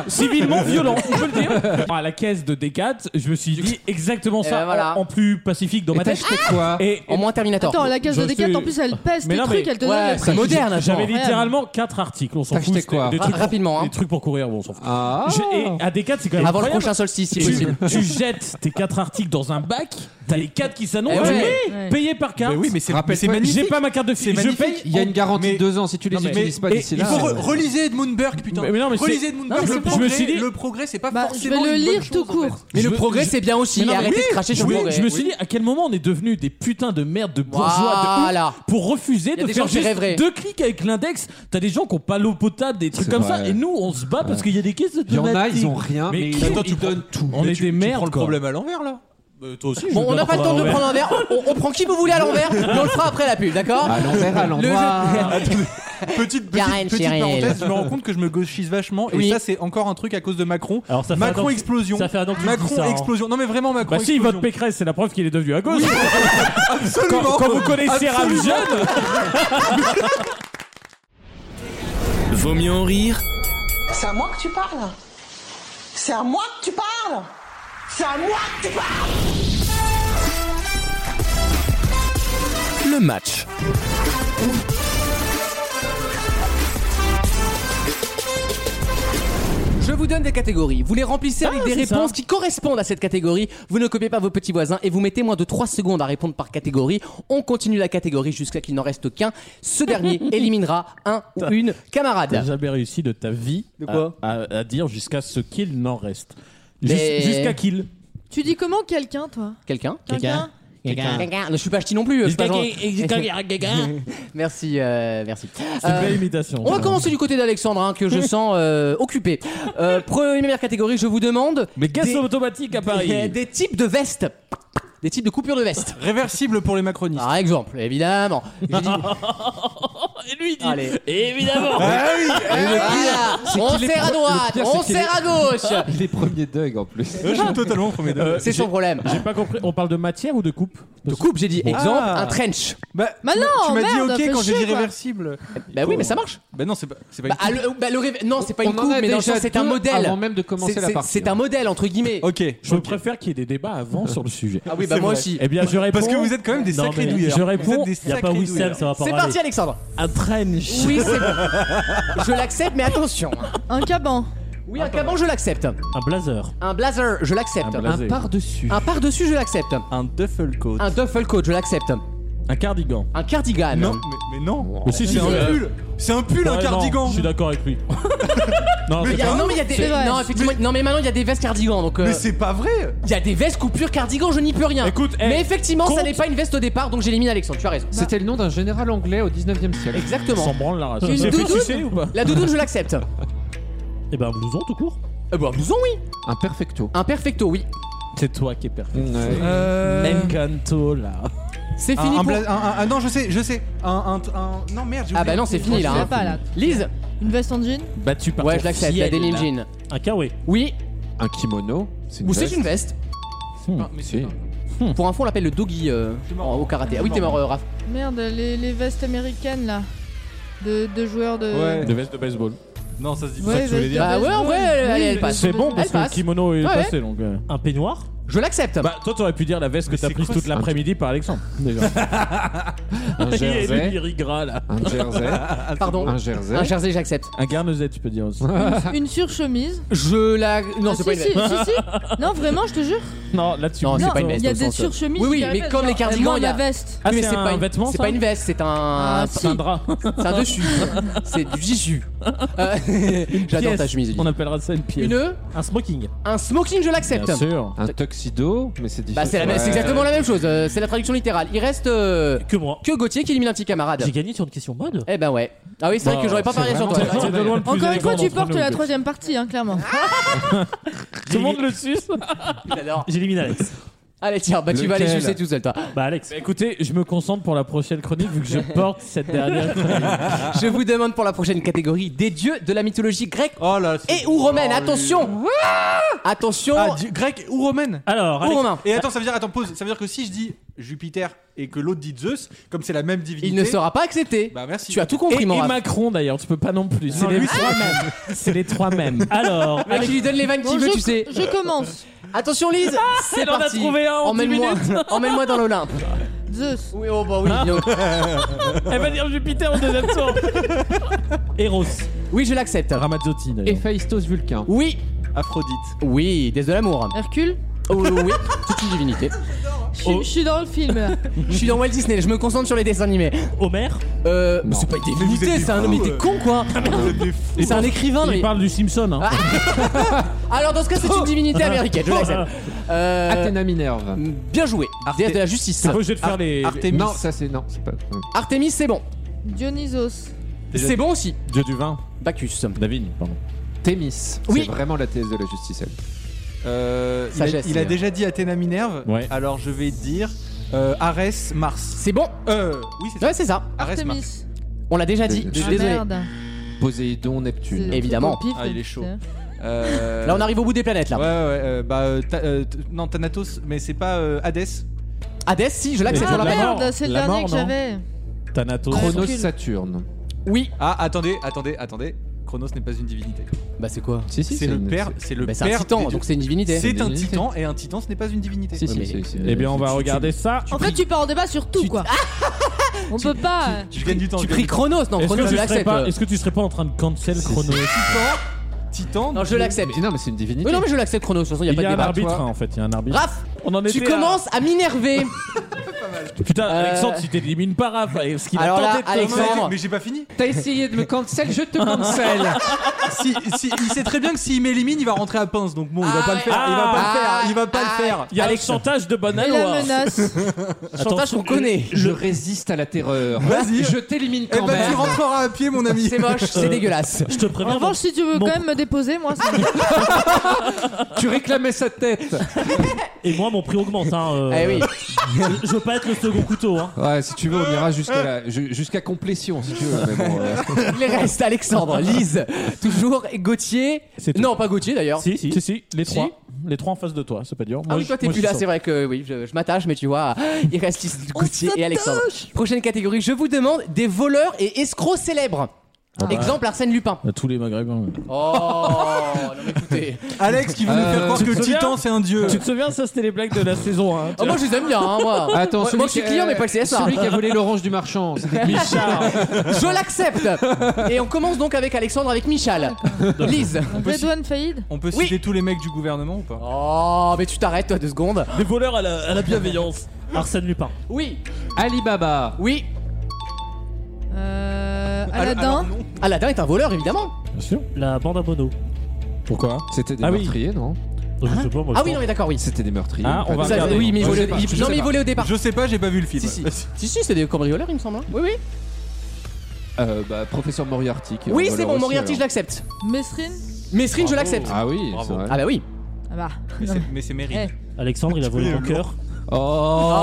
Speaker 3: civilement violent, on peut le dire. À la caisse de D4, je me suis dit exactement
Speaker 2: Eh
Speaker 3: ça
Speaker 2: ben voilà.
Speaker 3: en, en plus pacifique dans ma
Speaker 6: Mais t'as
Speaker 3: tête.
Speaker 6: acheté quoi
Speaker 3: Et,
Speaker 2: En moins Terminator.
Speaker 4: Attends, la cage
Speaker 3: je
Speaker 4: de Descartes,
Speaker 3: sais.
Speaker 4: en plus, elle pèse
Speaker 3: Mais
Speaker 4: tes
Speaker 3: non,
Speaker 4: trucs,
Speaker 3: mais-
Speaker 4: elle te donne
Speaker 2: ouais,
Speaker 4: la
Speaker 2: c'est
Speaker 4: pression.
Speaker 2: moderne. attends.
Speaker 3: j'avais
Speaker 4: incroyable.
Speaker 3: littéralement quatre articles, on s'en
Speaker 6: T'as
Speaker 3: fout.
Speaker 6: acheté
Speaker 3: c'était
Speaker 6: quoi
Speaker 3: Des trucs,
Speaker 2: Ra- rapidement, hein.
Speaker 3: des trucs pour courir, bon, on s'en fout.
Speaker 6: Ah
Speaker 3: J'ai- et à D4, c'est quand même
Speaker 2: Avant le
Speaker 3: incroyable.
Speaker 2: prochain solstice, si
Speaker 3: tu,
Speaker 2: possible.
Speaker 3: tu jettes tes quatre articles dans un bac, t'as les quatre qui s'annoncent,
Speaker 2: Eh
Speaker 3: tu
Speaker 2: ouais.
Speaker 3: mets, payé par carte.
Speaker 7: Mais oui, mais c'est
Speaker 6: Rappelle-toi,
Speaker 7: c'est magnifique.
Speaker 3: J'ai pas ma carte de fille,
Speaker 7: C'est
Speaker 3: je
Speaker 7: magnifique.
Speaker 3: paye.
Speaker 6: Il y a une garantie
Speaker 7: mais-
Speaker 6: de deux ans, si tu les
Speaker 3: Non, mais-
Speaker 6: utilises pas
Speaker 3: et-
Speaker 6: d'ici
Speaker 3: il
Speaker 6: là.
Speaker 7: Il faut
Speaker 6: euh,
Speaker 7: re- relisez Edmund Burke, putain.
Speaker 3: Mais- mais non, mais c'est-
Speaker 7: relisez Edmund
Speaker 3: Non, mais
Speaker 7: Burke.
Speaker 3: c'est vrai.
Speaker 7: Le
Speaker 3: Je me
Speaker 7: progrès,
Speaker 3: suis dit-
Speaker 7: le progrès, c'est pas
Speaker 4: Bah, je
Speaker 7: forcément.
Speaker 4: vais le
Speaker 7: une bonne
Speaker 4: lire
Speaker 7: chose,
Speaker 4: tout
Speaker 7: en fait.
Speaker 4: court.
Speaker 2: Mais
Speaker 3: Je
Speaker 2: le
Speaker 3: veux-
Speaker 2: progrès,
Speaker 3: je-
Speaker 2: c'est bien aussi.
Speaker 3: Mais non, mais
Speaker 2: Arrêtez
Speaker 3: oui,
Speaker 2: de cracher sur le
Speaker 3: oui,
Speaker 2: progrès.
Speaker 3: je me suis dit à quel moment on est devenu des putains de merde de bourgeois de ouf
Speaker 2: Voilà.
Speaker 3: pour refuser
Speaker 2: Y a
Speaker 3: de
Speaker 2: des
Speaker 3: faire
Speaker 2: gens qui
Speaker 3: juste
Speaker 2: rêveraient.
Speaker 3: deux clics avec l'index. T'as des gens qui ont pas l'eau potable, des trucs
Speaker 6: C'est
Speaker 3: comme ça,
Speaker 6: vrai.
Speaker 3: et nous on se bat parce qu'il y a des caisses
Speaker 6: Il y en a,
Speaker 3: automatiques.
Speaker 6: ils ont rien,
Speaker 3: Mais
Speaker 6: mais
Speaker 3: qui-
Speaker 6: ils
Speaker 3: Attends,
Speaker 6: ils donnent tout.
Speaker 3: On
Speaker 7: Mais
Speaker 3: est
Speaker 7: tu-
Speaker 3: des
Speaker 7: tu
Speaker 3: merdes.
Speaker 7: prends le
Speaker 3: quoi.
Speaker 7: problème à l'envers, là. Euh,
Speaker 3: toi aussi.
Speaker 2: Bon, on n'a pas le temps de prendre un verre. On, on- on prend qui vous voulez à l'envers, mais on le fera après la pub, d'accord
Speaker 6: À l'envers, à l'endroit.
Speaker 7: Petite,
Speaker 2: Karen
Speaker 7: petite, petite
Speaker 2: Cheryl.
Speaker 7: parenthèse, je me rends compte que je me gauchise vachement et
Speaker 2: Oui.
Speaker 7: ça c'est encore un truc à cause de Macron.
Speaker 5: Alors, ça fait un an
Speaker 7: Macron
Speaker 5: que-
Speaker 7: explosion.
Speaker 5: ça fait un an que tu dis
Speaker 7: Macron
Speaker 5: ça, hein.
Speaker 7: explosion. Non mais vraiment Macron
Speaker 3: Bah si, il vote
Speaker 7: explosion.
Speaker 3: Pécresse, c'est la preuve qu'il est devenu à gauche. quand,
Speaker 7: Absolument.
Speaker 3: quand vous connaissez Rap
Speaker 7: Absolument.
Speaker 3: Jeune,
Speaker 1: Vaut mieux en rire
Speaker 9: C'est à moi que tu parles C'est à moi que tu parles C'est à moi que tu parles
Speaker 1: le match.
Speaker 2: Je vous donne des catégories. Vous les remplissez avec des
Speaker 3: c'est ça.
Speaker 2: réponses qui correspondent à cette catégorie. Vous ne copiez pas vos petits voisins et vous mettez moins de 3 secondes à répondre par catégorie. On continue la catégorie jusqu'à qu'il n'en reste qu'un. Ce dernier éliminera un ou une
Speaker 3: t'as
Speaker 2: camarade.
Speaker 3: jamais réussi de ta vie
Speaker 2: De quoi
Speaker 3: à, à- à dire jusqu'à ce qu'il n'en reste.
Speaker 2: Mais-
Speaker 3: Jus- Jusqu'à qu'il.
Speaker 4: Tu dis comment quelqu'un, toi
Speaker 2: Quelqu'un
Speaker 4: Quelqu'un
Speaker 2: Quelqu'un Je suis pas ch'ti non plus. je suis pas genre- Merci, euh, merci.
Speaker 3: C'est une
Speaker 2: Euh,
Speaker 3: belle imitation.
Speaker 2: On va commencer du côté d'Alexandre, hein, que je sens euh, occupé. Euh, première catégorie, je vous demande
Speaker 3: Mais caisse
Speaker 2: Des-
Speaker 3: automatique à
Speaker 2: des,
Speaker 3: Paris.
Speaker 2: des types de vestes. Des types de coupures de
Speaker 6: Ah
Speaker 2: vestes.
Speaker 7: Réversible pour les macronistes.
Speaker 2: Par exemple, évidemment. Je dis-
Speaker 3: Et lui, il dit
Speaker 2: Allez.
Speaker 3: Évidemment
Speaker 7: Euh,
Speaker 2: Voilà. on
Speaker 6: qu'il est
Speaker 2: serre à
Speaker 6: pro- le
Speaker 2: droite,
Speaker 6: pire, c'est
Speaker 2: on
Speaker 6: qu'il
Speaker 2: serre à gauche.
Speaker 6: Les premiers Doug en plus.
Speaker 7: Je suis totalement premier de-
Speaker 3: Euh,
Speaker 2: C'est son problème.
Speaker 3: J'ai pas compris. On parle de matière ou de coupe
Speaker 2: De coupe, j'ai dit exemple,
Speaker 7: Ah.
Speaker 2: un trench.
Speaker 7: Bah,
Speaker 4: Bah
Speaker 7: tu m'as-
Speaker 4: non,
Speaker 7: tu m'as dit
Speaker 4: merde,
Speaker 7: ok
Speaker 4: fais
Speaker 7: quand j'ai
Speaker 4: chier,
Speaker 7: dit
Speaker 4: quoi.
Speaker 7: réversible.
Speaker 2: Bah oui, mais ça marche.
Speaker 7: Bah non, c'est pas, c'est pas
Speaker 2: Bah,
Speaker 7: une
Speaker 2: ah, le- bah, le réve- Non, c'est pas une
Speaker 6: On en
Speaker 2: coupe,
Speaker 6: a
Speaker 2: mais dans le
Speaker 6: déjà
Speaker 2: sens, c'est un
Speaker 6: deux
Speaker 2: modèle.
Speaker 6: Avant même de commencer
Speaker 2: C'est-
Speaker 6: la
Speaker 2: c'est-
Speaker 6: partie. hein.
Speaker 2: C'est un modèle, entre guillemets.
Speaker 7: Ok.
Speaker 3: Je préfère qu'il y ait des débats avant sur le sujet.
Speaker 2: Ah oui, bah moi aussi.
Speaker 3: Eh bien, je réponds.
Speaker 7: Parce que vous êtes quand même des
Speaker 5: Non,
Speaker 7: sacrés
Speaker 5: mais
Speaker 7: douilleurs.
Speaker 3: je
Speaker 7: Vous
Speaker 3: réponds,
Speaker 7: êtes des
Speaker 5: Il y a pas
Speaker 7: sacrés
Speaker 5: Wissem,
Speaker 7: douilleurs.
Speaker 5: ça va pas
Speaker 2: C'est
Speaker 5: parler.
Speaker 2: parti, Alexandre.
Speaker 3: un trench.
Speaker 2: Oui, c'est bon. Je l'accepte, mais attention.
Speaker 4: Un caban.
Speaker 2: Oui, un caban, je l'accepte.
Speaker 5: Un blazer.
Speaker 2: Un blazer, je l'accepte.
Speaker 3: Un
Speaker 2: Un,
Speaker 3: blasé.
Speaker 6: par-dessus.
Speaker 2: par-dessus, je l'accepte.
Speaker 7: Un duffel coat.
Speaker 2: Un duffel coat, je l'accepte.
Speaker 3: Un cardigan.
Speaker 2: Un cardigan.
Speaker 7: Non, mais, Mais non
Speaker 3: Mais si, si,
Speaker 7: C'est
Speaker 3: si,
Speaker 7: un
Speaker 3: euh,
Speaker 7: pull C'est un pull, un
Speaker 3: ouais, non,
Speaker 7: cardigan
Speaker 3: Je suis d'accord avec lui. non,
Speaker 2: Il
Speaker 3: c'est
Speaker 2: y a-
Speaker 3: pas.
Speaker 2: non, mais il y a
Speaker 4: C'est
Speaker 2: des.
Speaker 4: vrai.
Speaker 2: Non, effectivement. Non, mais maintenant, il y a des vestes cardigans. Donc, euh,
Speaker 7: Mais c'est pas vrai
Speaker 2: il y a des vestes coupure cardigan, je n'y peux rien.
Speaker 3: Écoute, eh,
Speaker 2: mais effectivement, ça
Speaker 3: compte-
Speaker 2: n'est pas une veste au départ, donc j'élimine Alexandre. Tu as raison.
Speaker 6: C'était le nom d'un général anglais au 19e siècle.
Speaker 2: Exactement.
Speaker 3: S'en branle la race.
Speaker 2: Une
Speaker 3: C'est fait
Speaker 2: doudoune
Speaker 3: sucer ou pas
Speaker 2: La doudoune, je l'accepte.
Speaker 5: Et ben, un blouson tout court.
Speaker 2: Euh, bah, blouson, oui.
Speaker 6: Un perfecto.
Speaker 2: Un perfecto, oui.
Speaker 3: C'est toi qui es perfect.
Speaker 7: Euh...
Speaker 3: Encanto là.
Speaker 2: C'est
Speaker 7: Un,
Speaker 2: fini
Speaker 7: un
Speaker 2: pour.
Speaker 7: bla- un- un- un- non, je sais, je sais. Un, un, un- Non, merde, j'ai
Speaker 2: Ah, bah
Speaker 7: oublié.
Speaker 2: non, c'est fini
Speaker 4: Je
Speaker 2: là.
Speaker 4: sais
Speaker 2: hein.
Speaker 4: pas là.
Speaker 2: Lise
Speaker 4: Une veste en jean
Speaker 3: Battu par
Speaker 2: Ouais,
Speaker 3: ton
Speaker 2: je l'accepte, la
Speaker 3: ciel,
Speaker 2: denim
Speaker 3: là.
Speaker 2: jean.
Speaker 5: Un kawaii.
Speaker 2: Oui,
Speaker 6: Un kimono. C'est une
Speaker 2: ou c'est
Speaker 6: veste.
Speaker 2: une veste.
Speaker 7: Ah, mais c'est-
Speaker 6: Si.
Speaker 2: Pour info, on l'appelle le dogi euh,
Speaker 7: T'es mort.
Speaker 2: en- au karaté. Ah oui,
Speaker 7: T'es
Speaker 2: t'es mort,
Speaker 7: mort.
Speaker 2: euh, Raph.
Speaker 4: Merde, les, les vestes américaines là. De, de joueurs de.
Speaker 7: Ouais.
Speaker 3: De veste de baseball.
Speaker 7: Non, ça se dit
Speaker 4: Ouais,
Speaker 7: pas.
Speaker 4: vestes de
Speaker 3: dire.
Speaker 2: Bah ouais, en
Speaker 4: baseball.
Speaker 2: vrai, elle- elle-
Speaker 4: Oui,
Speaker 2: elle
Speaker 4: les
Speaker 2: passe.
Speaker 4: vestes
Speaker 3: C'est
Speaker 4: de
Speaker 3: bon
Speaker 4: baseball.
Speaker 3: parce que le
Speaker 2: passe.
Speaker 3: kimono est
Speaker 2: Ouais,
Speaker 3: passé donc. euh.
Speaker 5: Un peignoir.
Speaker 2: Je l'accepte.
Speaker 3: Bah toi t'aurais pu dire la veste que
Speaker 7: Mais
Speaker 3: t'as
Speaker 7: c'est
Speaker 3: prise
Speaker 7: quoi,
Speaker 3: toute
Speaker 7: ça
Speaker 3: l'après-midi par Alexandre. Déjà.
Speaker 6: Un
Speaker 3: Il est lui, il
Speaker 6: jersey.
Speaker 3: rit gras là.
Speaker 6: Un jersey.
Speaker 2: Pardon.
Speaker 6: Un jersey.
Speaker 2: Un jersey, j'accepte.
Speaker 3: Un garnezet tu peux dire aussi.
Speaker 4: Une surchemise.
Speaker 2: Je la. Non,
Speaker 4: Ah,
Speaker 2: c'est
Speaker 4: si,
Speaker 2: pas une
Speaker 4: si,
Speaker 2: veste.
Speaker 4: si, si. Non, vraiment, je te jure.
Speaker 3: non là tu.
Speaker 2: Non, c'est
Speaker 4: Non,
Speaker 2: pas une
Speaker 4: il
Speaker 2: veste.
Speaker 4: y a
Speaker 2: au
Speaker 4: des
Speaker 2: sens- euh.
Speaker 4: surchemises.
Speaker 2: Oui, oui,
Speaker 4: qui
Speaker 2: mais
Speaker 4: arrivent,
Speaker 2: comme
Speaker 4: genre,
Speaker 2: les cardigans,
Speaker 4: euh, moi,
Speaker 2: il y a-
Speaker 4: ma veste.
Speaker 3: Ah
Speaker 2: Mais
Speaker 3: c'est un
Speaker 2: une-
Speaker 3: vêtement
Speaker 2: C'est
Speaker 3: ça
Speaker 2: pas une veste, c'est un.
Speaker 4: Ah,
Speaker 2: c'est
Speaker 4: si.
Speaker 2: un-
Speaker 3: Un drap.
Speaker 2: C'est un dessus. c'est du tissu. Euh, J'adore
Speaker 3: Pièce.
Speaker 2: ta chemise, Elise.
Speaker 3: On appellera ça une pièce.
Speaker 2: Une.
Speaker 5: Un smoking.
Speaker 2: Un smoking, je l'accepte.
Speaker 3: Bien sûr.
Speaker 6: Un tuxedo, mais c'est
Speaker 2: Bah,
Speaker 6: difficile.
Speaker 2: c'est la même- c'est exactement la même chose. euh, c'est la traduction littérale. Il reste euh,
Speaker 5: Que moi.
Speaker 2: que Gauthier qui élimine un petit camarade.
Speaker 5: J'ai gagné sur une question mode.
Speaker 2: Eh ben ouais. Ah oui, c'est vrai
Speaker 3: Bah,
Speaker 2: que j'aurais pas
Speaker 6: c'est
Speaker 2: parié sur toi.
Speaker 6: vraiment-
Speaker 3: C'est de loin le plus
Speaker 4: Encore une
Speaker 3: élégant
Speaker 4: fois, tu
Speaker 3: d'entre
Speaker 4: portes
Speaker 3: nous
Speaker 4: la
Speaker 3: deux.
Speaker 4: troisième partie, hein, clairement.
Speaker 2: Ah,
Speaker 5: Tout le monde le suce.
Speaker 2: J'adore.
Speaker 5: J'élimine Alex.
Speaker 2: Allez, tiens, bah tu vas aller
Speaker 6: Lequel
Speaker 2: sucer tout seul, toi.
Speaker 5: Bah, Alex.
Speaker 3: Bah, Écoutez, je me concentre pour la prochaine chronique vu que je porte cette dernière.
Speaker 2: Je vous demande pour la prochaine catégorie des dieux de la mythologie grecque
Speaker 7: Oh là. c'est-
Speaker 2: et ou romaine. Attention Oh. Attention
Speaker 7: Ah, du- grec ou romaine
Speaker 5: Alors,
Speaker 2: ou
Speaker 5: Alex,
Speaker 2: romain.
Speaker 7: Et attends, ça veut dire, attends, pause. Ça veut dire que si je dis Jupiter et que l'autre dit Zeus, comme c'est la même divinité.
Speaker 2: Il ne sera pas accepté.
Speaker 7: Bah merci.
Speaker 2: Tu as tout
Speaker 3: Et,
Speaker 2: compris,
Speaker 3: et
Speaker 2: mon Raph.
Speaker 3: Macron d'ailleurs, tu peux pas non plus. C'est
Speaker 7: Non,
Speaker 3: les,
Speaker 7: lui,
Speaker 3: trois mêmes. C'est les trois mêmes.
Speaker 5: alors,
Speaker 2: Ah, qui lui donne les vannes
Speaker 4: Bon,
Speaker 2: qu'il veut,
Speaker 4: je,
Speaker 2: tu sais.
Speaker 4: je commence.
Speaker 2: Attention, Lise, c'est
Speaker 3: elle en a
Speaker 2: parti.
Speaker 3: trouvé un en dix
Speaker 2: Emmène-moi, emmène-moi dans l'Olympe.
Speaker 4: Zeus.
Speaker 2: Oui, oh bah oui. donc.
Speaker 3: Elle va dire Jupiter en deuxième tour.
Speaker 5: Eros.
Speaker 2: Oui, je l'accepte.
Speaker 3: Ramazzotti d'ailleurs.
Speaker 6: Héphaïstos Vulcain.
Speaker 2: Oui,
Speaker 7: Aphrodite.
Speaker 2: oui, des de l'amour.
Speaker 4: Hercule.
Speaker 2: Oh, oui, toute une divinité.
Speaker 4: Je
Speaker 2: Oh.
Speaker 4: suis- je suis dans le film. là.
Speaker 2: Je suis dans Walt Disney, je me concentre sur les dessins animés.
Speaker 5: Homer.
Speaker 2: Euh, mais
Speaker 6: Non.
Speaker 2: c'est pas une
Speaker 7: Mais vous êtes
Speaker 2: divinité,
Speaker 7: des
Speaker 2: c'est un
Speaker 7: fous,
Speaker 2: homme, mais
Speaker 7: euh.
Speaker 2: t'es con quoi. C'est un écrivain, non,
Speaker 3: Il
Speaker 2: mais-
Speaker 3: parle du Simpson. Hein.
Speaker 2: Alors dans ce cas, c'est une divinité américaine, je l'accepte. Euh,
Speaker 6: Athéna Minerve.
Speaker 2: bien joué,
Speaker 7: Arte-
Speaker 2: déesse de la justice.
Speaker 3: T'es pas obligé de faire les.
Speaker 7: Artemis.
Speaker 6: Non, ça c'est non, c'est pas.
Speaker 2: Artemis, c'est bon.
Speaker 4: Dionysos.
Speaker 7: Déjà-
Speaker 2: C'est bon aussi.
Speaker 3: Dieu du vin.
Speaker 2: Bacchus.
Speaker 3: David, pardon.
Speaker 6: Thémis.
Speaker 2: Oui.
Speaker 6: C'est vraiment la thèse de la justice. elle.
Speaker 7: Euh, il, a,
Speaker 2: Sagesse,
Speaker 7: il a
Speaker 2: c'est-
Speaker 7: déjà dit Athéna Minerve.
Speaker 3: Ouais.
Speaker 7: Alors je vais dire euh, Arès Mars.
Speaker 2: C'est bon.
Speaker 7: Euh, oui, c'est ça.
Speaker 2: Ouais, c'est ça.
Speaker 7: Arès Mars.
Speaker 4: Artemis.
Speaker 2: On l'a déjà dit.
Speaker 6: Ah,
Speaker 2: Je suis
Speaker 4: Ah,
Speaker 2: désolé.
Speaker 4: merde.
Speaker 6: Poséidon,
Speaker 4: C'est le
Speaker 6: Neptune.
Speaker 4: truc
Speaker 2: Évidemment.
Speaker 4: au pif,
Speaker 7: Ah, il est chaud.
Speaker 4: putain.
Speaker 7: Euh,
Speaker 2: Là, on arrive au bout des planètes là.
Speaker 7: Ouais, ouais, ouais. euh, bah, euh, ta- euh, t- non, Thanatos, mais c'est pas euh, Hadès.
Speaker 2: Hades, si, je l'accepte.
Speaker 3: Et
Speaker 2: on
Speaker 4: Ah
Speaker 2: l'a
Speaker 3: la
Speaker 2: pas.
Speaker 3: mort,
Speaker 4: merde, c'est le
Speaker 3: la
Speaker 4: dernier
Speaker 3: mort,
Speaker 4: que
Speaker 3: non
Speaker 4: j'avais.
Speaker 3: Thanatos.
Speaker 4: Chrono-
Speaker 6: Chronos
Speaker 4: Hercule.
Speaker 6: Saturne.
Speaker 2: Oui.
Speaker 7: Ah, attendez, attendez, attendez. Chronos n'est pas une divinité.
Speaker 2: Bah, c'est quoi
Speaker 6: Si, si,
Speaker 7: C'est le
Speaker 6: une-
Speaker 7: père, c'est le
Speaker 2: Bah, c'est un
Speaker 7: père.
Speaker 2: titan,
Speaker 7: des
Speaker 2: donc
Speaker 7: dieux.
Speaker 2: c'est une divinité.
Speaker 7: C'est un
Speaker 6: divinité.
Speaker 7: titan et un titan, ce n'est pas une divinité.
Speaker 6: Si, si,
Speaker 2: Ouais,
Speaker 6: si,
Speaker 2: mais-
Speaker 6: si,
Speaker 3: Eh bien, on va
Speaker 6: tu- tu-
Speaker 3: regarder ça.
Speaker 4: En fait, tu pars en débat sur tout, quoi. On peut pas.
Speaker 7: Ah Tu gagnes du temps.
Speaker 2: Tu
Speaker 7: je gagne
Speaker 2: pries
Speaker 7: du temps.
Speaker 2: Chronos, non Chronos,
Speaker 3: Est-ce que,
Speaker 2: je
Speaker 3: tu serais
Speaker 2: l'accepte.
Speaker 3: pas, est-ce que tu serais pas en train de cancel Chrono
Speaker 7: Titan.
Speaker 2: Non, je l'accepte.
Speaker 6: Mais non, mais c'est une divinité.
Speaker 2: Oui, non, mais je l'accepte Chronos, de toute façon, y a
Speaker 3: Il
Speaker 2: pas
Speaker 3: y
Speaker 2: de
Speaker 3: a un
Speaker 2: débat.
Speaker 3: arbitre,
Speaker 2: toi.
Speaker 3: hein, en fait. Il y a un arbitre.
Speaker 2: Raph,
Speaker 3: On en
Speaker 2: tu
Speaker 3: était à-
Speaker 2: commences à m'énerver.
Speaker 3: Putain,
Speaker 2: Euh,
Speaker 3: Alexandre, si t'élimines pas Raph, eh, ce qu'il a
Speaker 2: Alors là,
Speaker 3: tenté de te-
Speaker 7: Non, mais-
Speaker 2: Alexandre.
Speaker 7: Mais j'ai pas fini.
Speaker 6: T'as essayé de me cancel, je te cancel.
Speaker 7: si, si- il sait très bien que s'il m'élimine, il va rentrer à pince. Donc bon, il va
Speaker 2: Ah
Speaker 7: pas le
Speaker 2: ouais.
Speaker 7: faire. Il va pas le
Speaker 2: Ah.
Speaker 7: faire. Il va pas
Speaker 2: Ah.
Speaker 7: le faire.
Speaker 3: Il y a le
Speaker 2: Alex-
Speaker 3: chantage de bonne
Speaker 4: Et euh, la
Speaker 3: aloi.
Speaker 4: menace.
Speaker 2: Chantage, on connaît.
Speaker 6: Je résiste à la terreur.
Speaker 7: Vas-y.
Speaker 6: Je t'élimine
Speaker 7: Eh
Speaker 6: quand
Speaker 7: ben, tu
Speaker 6: même.
Speaker 7: rentreras à pied, mon ami.
Speaker 2: C'est moche,
Speaker 7: Euh.
Speaker 2: c'est dégueulasse.
Speaker 5: Je te préviens.
Speaker 4: En revanche, si tu veux
Speaker 5: Bon.
Speaker 4: quand même me déposer, moi, ça.
Speaker 6: Tu réclamais sa tête.
Speaker 5: Et moi, mon prix augmente. Hein, euh,
Speaker 2: Eh oui.
Speaker 5: je, je veux pas être le second couteau. Hein.
Speaker 6: Ouais, si tu veux, on ira jusqu'à la- ju- jusqu'à complétion, si tu veux. Mais bon, euh,
Speaker 2: Les restes, Alexandre, Lise, toujours, et Gauthier.
Speaker 3: C'est tout.
Speaker 2: Non, pas Gauthier d'ailleurs.
Speaker 5: Si, si.
Speaker 3: Si, si, les
Speaker 2: Si.
Speaker 3: trois. Les trois en face de toi, c'est pas dur.
Speaker 2: Ah
Speaker 3: Moi,
Speaker 2: oui,
Speaker 3: je-
Speaker 2: toi t'es
Speaker 3: moi,
Speaker 2: plus
Speaker 3: je
Speaker 2: là,
Speaker 3: sors.
Speaker 2: c'est vrai que oui, je, je m'attache, mais tu vois, il reste ici Gauthier et Alexandre. Prochaine catégorie, je vous demande des voleurs et escrocs célèbres.
Speaker 3: Ah
Speaker 2: Exemple Arsène Lupin.
Speaker 3: Bah, Tous les maghrébins.
Speaker 2: Oh, non mais écoutez.
Speaker 7: Alex qui voulait
Speaker 2: Euh,
Speaker 7: faire croire
Speaker 3: tu te
Speaker 7: que
Speaker 3: souviens
Speaker 7: Titan c'est un dieu.
Speaker 3: Tu te souviens, ça c'était les blagues de la saison 1.
Speaker 2: Oh, moi je les aime bien, hein, moi.
Speaker 3: Ah.
Speaker 6: Attends,
Speaker 2: moi,
Speaker 6: celui
Speaker 2: moi, je suis
Speaker 6: qui-
Speaker 2: client, mais pas le CSA.
Speaker 6: Celui qui a volé l'orange du marchand. c'était-
Speaker 2: Je l'accepte. Et on commence donc avec Alexandre, avec Michal. Lise.
Speaker 4: Redouane Faïd.
Speaker 7: On peut
Speaker 2: Oui.
Speaker 7: citer tous les mecs du gouvernement ou pas
Speaker 2: Oh, mais tu t'arrêtes toi deux secondes.
Speaker 5: Des voleurs à la, à la bienveillance. Arsène Lupin.
Speaker 2: Oui,
Speaker 6: Alibaba.
Speaker 2: oui.
Speaker 4: Euh, Aladdin.
Speaker 2: Aladdin est un voleur, évidemment.
Speaker 3: Bien sûr.
Speaker 5: La bande à Bono.
Speaker 3: Pourquoi
Speaker 6: C'était des
Speaker 5: Ah oui.
Speaker 6: meurtriers, non
Speaker 5: Je sais pas, moi,
Speaker 2: Ah
Speaker 5: je
Speaker 2: oui, non, mais d'accord, oui.
Speaker 6: C'était des meurtriers.
Speaker 3: Ah, on
Speaker 6: pas
Speaker 3: va
Speaker 6: des-
Speaker 2: Ça,
Speaker 3: regarder.
Speaker 2: oui, mais il
Speaker 3: Je
Speaker 2: volait,
Speaker 3: sais pas,
Speaker 2: il-
Speaker 3: je
Speaker 2: non,
Speaker 3: sais
Speaker 2: mais il
Speaker 3: pas.
Speaker 2: volait au départ.
Speaker 7: Je sais pas, j'ai pas vu le film.
Speaker 2: Si, si, si, si, c'est des cambrioleurs, il me semble. hein. Oui, oui.
Speaker 6: Euh, bah, professeur Moriarty. qui est
Speaker 2: Oui,
Speaker 6: un
Speaker 2: c'est
Speaker 6: voleur
Speaker 2: bon,
Speaker 6: aussi,
Speaker 2: Moriarty, je
Speaker 6: alors.
Speaker 2: l'accepte.
Speaker 4: Mesrine
Speaker 2: Mesrine, je l'accepte.
Speaker 6: Ah oui,
Speaker 7: Bravo.
Speaker 6: c'est vrai.
Speaker 2: Ah bah oui.
Speaker 4: Ah bah.
Speaker 7: Mais c'est- Mais c'est mérite.
Speaker 4: Eh.
Speaker 5: crois. Alexandre, il a volé mon cœur.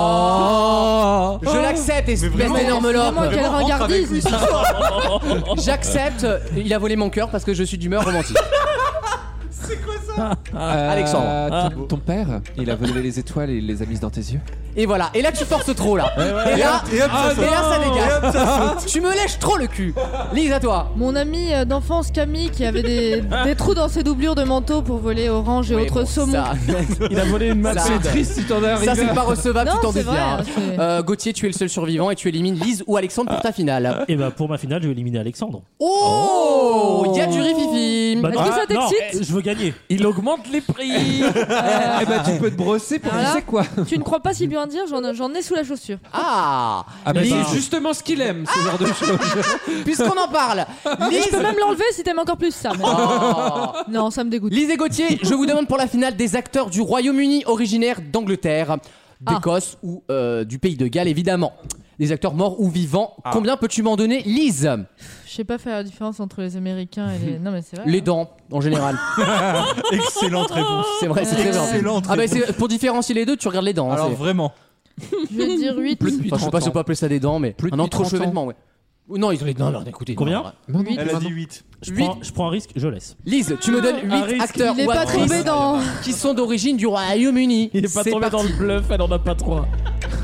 Speaker 2: Oh, Je l'accepte, espèce
Speaker 7: vraiment,
Speaker 2: d'énorme
Speaker 4: Vraiment,
Speaker 2: lope.
Speaker 4: quelle
Speaker 7: Vraiment, rentre avec
Speaker 4: regardise
Speaker 2: J'accepte, euh, il a volé mon cœur parce que je suis d'humeur romantique.
Speaker 6: Euh,
Speaker 2: Ah, Alexandre.
Speaker 6: ton- Ton père, il a volé les étoiles et il les a mises dans tes yeux.
Speaker 2: Et voilà, et là tu forces trop là. Et là, ah,
Speaker 7: Et hop, ça Ah,
Speaker 2: et
Speaker 7: saute.
Speaker 2: là ça dégage. Tu me lèches trop le cul. Lise à toi.
Speaker 4: Mon ami euh, d'enfance Camille qui avait des,
Speaker 7: Ah.
Speaker 4: des trous dans ses doublures de manteau pour voler orange et
Speaker 2: Oui,
Speaker 4: autres
Speaker 2: bon,
Speaker 4: saumons.
Speaker 2: Ça,
Speaker 3: Il a volé une
Speaker 2: ça-
Speaker 3: Mercedes.
Speaker 6: Triste si t'en as
Speaker 2: ça, c'est pas recevable,
Speaker 4: Non,
Speaker 2: tu t'en
Speaker 4: c'est vrai,
Speaker 2: déviens.
Speaker 4: hein, c'est-
Speaker 2: Euh, Gauthier, tu es le seul survivant et tu élimines Lise ou Alexandre pour ta finale.
Speaker 5: Et bah, pour ma finale, je vais éliminer Alexandre.
Speaker 2: Oh, il y a du rififi.
Speaker 5: Bah,
Speaker 4: Est-ce
Speaker 5: non.
Speaker 4: que ça
Speaker 5: Ah, non,
Speaker 4: t'excite
Speaker 5: eh, Je veux gagner.
Speaker 3: Il augmente les prix.
Speaker 6: Eh ben, tu peux te brosser pour
Speaker 4: Voilà.
Speaker 6: tu sais quoi.
Speaker 4: Tu ne crois pas si bien dire, j'en j'en ai sous la chaussure.
Speaker 2: Ah,
Speaker 6: Ah, bah, Ah.
Speaker 2: Lise,
Speaker 6: c'est justement ce qu'il aime, ce genre de choses.
Speaker 2: puisqu'on en parle,
Speaker 4: Et je
Speaker 2: Lise.
Speaker 4: peux même l'enlever si t'aimes encore plus ça. mais-
Speaker 2: Oh.
Speaker 4: Non, ça me dégoûte.
Speaker 2: Lise et Gauthier, je vous demande pour la finale des acteurs du Royaume-Uni originaires d'Angleterre,
Speaker 4: Ah.
Speaker 2: d'Écosse ou euh, du pays de Galles évidemment. Des acteurs morts ou vivants, combien peux-tu m'en donner Lise,
Speaker 4: Je sais pas faire la différence entre les Américains et les. Non, mais c'est vrai.
Speaker 2: les dents en général.
Speaker 7: Excellente réponse.
Speaker 2: C'est vrai, c'est très bien.
Speaker 7: Excellente
Speaker 2: Ah bah,
Speaker 7: réponse.
Speaker 2: c'est- pour différencier les deux, tu regardes les dents. hein,
Speaker 7: Alors
Speaker 2: c'est-
Speaker 7: vraiment.
Speaker 4: Je vais dire 8.
Speaker 2: Enfin, je sais pas si on peut appeler ça des dents, mais
Speaker 6: Plus de
Speaker 2: un
Speaker 6: 30 ans.
Speaker 2: entrechevêtrement, ouais. Ou Non, ils ont les dents, alors écoutez.
Speaker 5: Combien
Speaker 2: non,
Speaker 7: Elle a dit 8.
Speaker 5: Je
Speaker 2: Huit.
Speaker 5: prends, je prends un risque, je laisse.
Speaker 2: Lise, tu me donnes
Speaker 5: Un
Speaker 2: 8
Speaker 5: risque.
Speaker 2: acteurs
Speaker 4: Il est
Speaker 2: ou
Speaker 4: pas
Speaker 2: actrices
Speaker 4: tombé dans.
Speaker 2: qui sont d'origine du Royaume-Uni.
Speaker 3: Il est pas
Speaker 2: C'est
Speaker 3: tombé
Speaker 2: parti.
Speaker 3: dans le bluff, elle en a pas trois.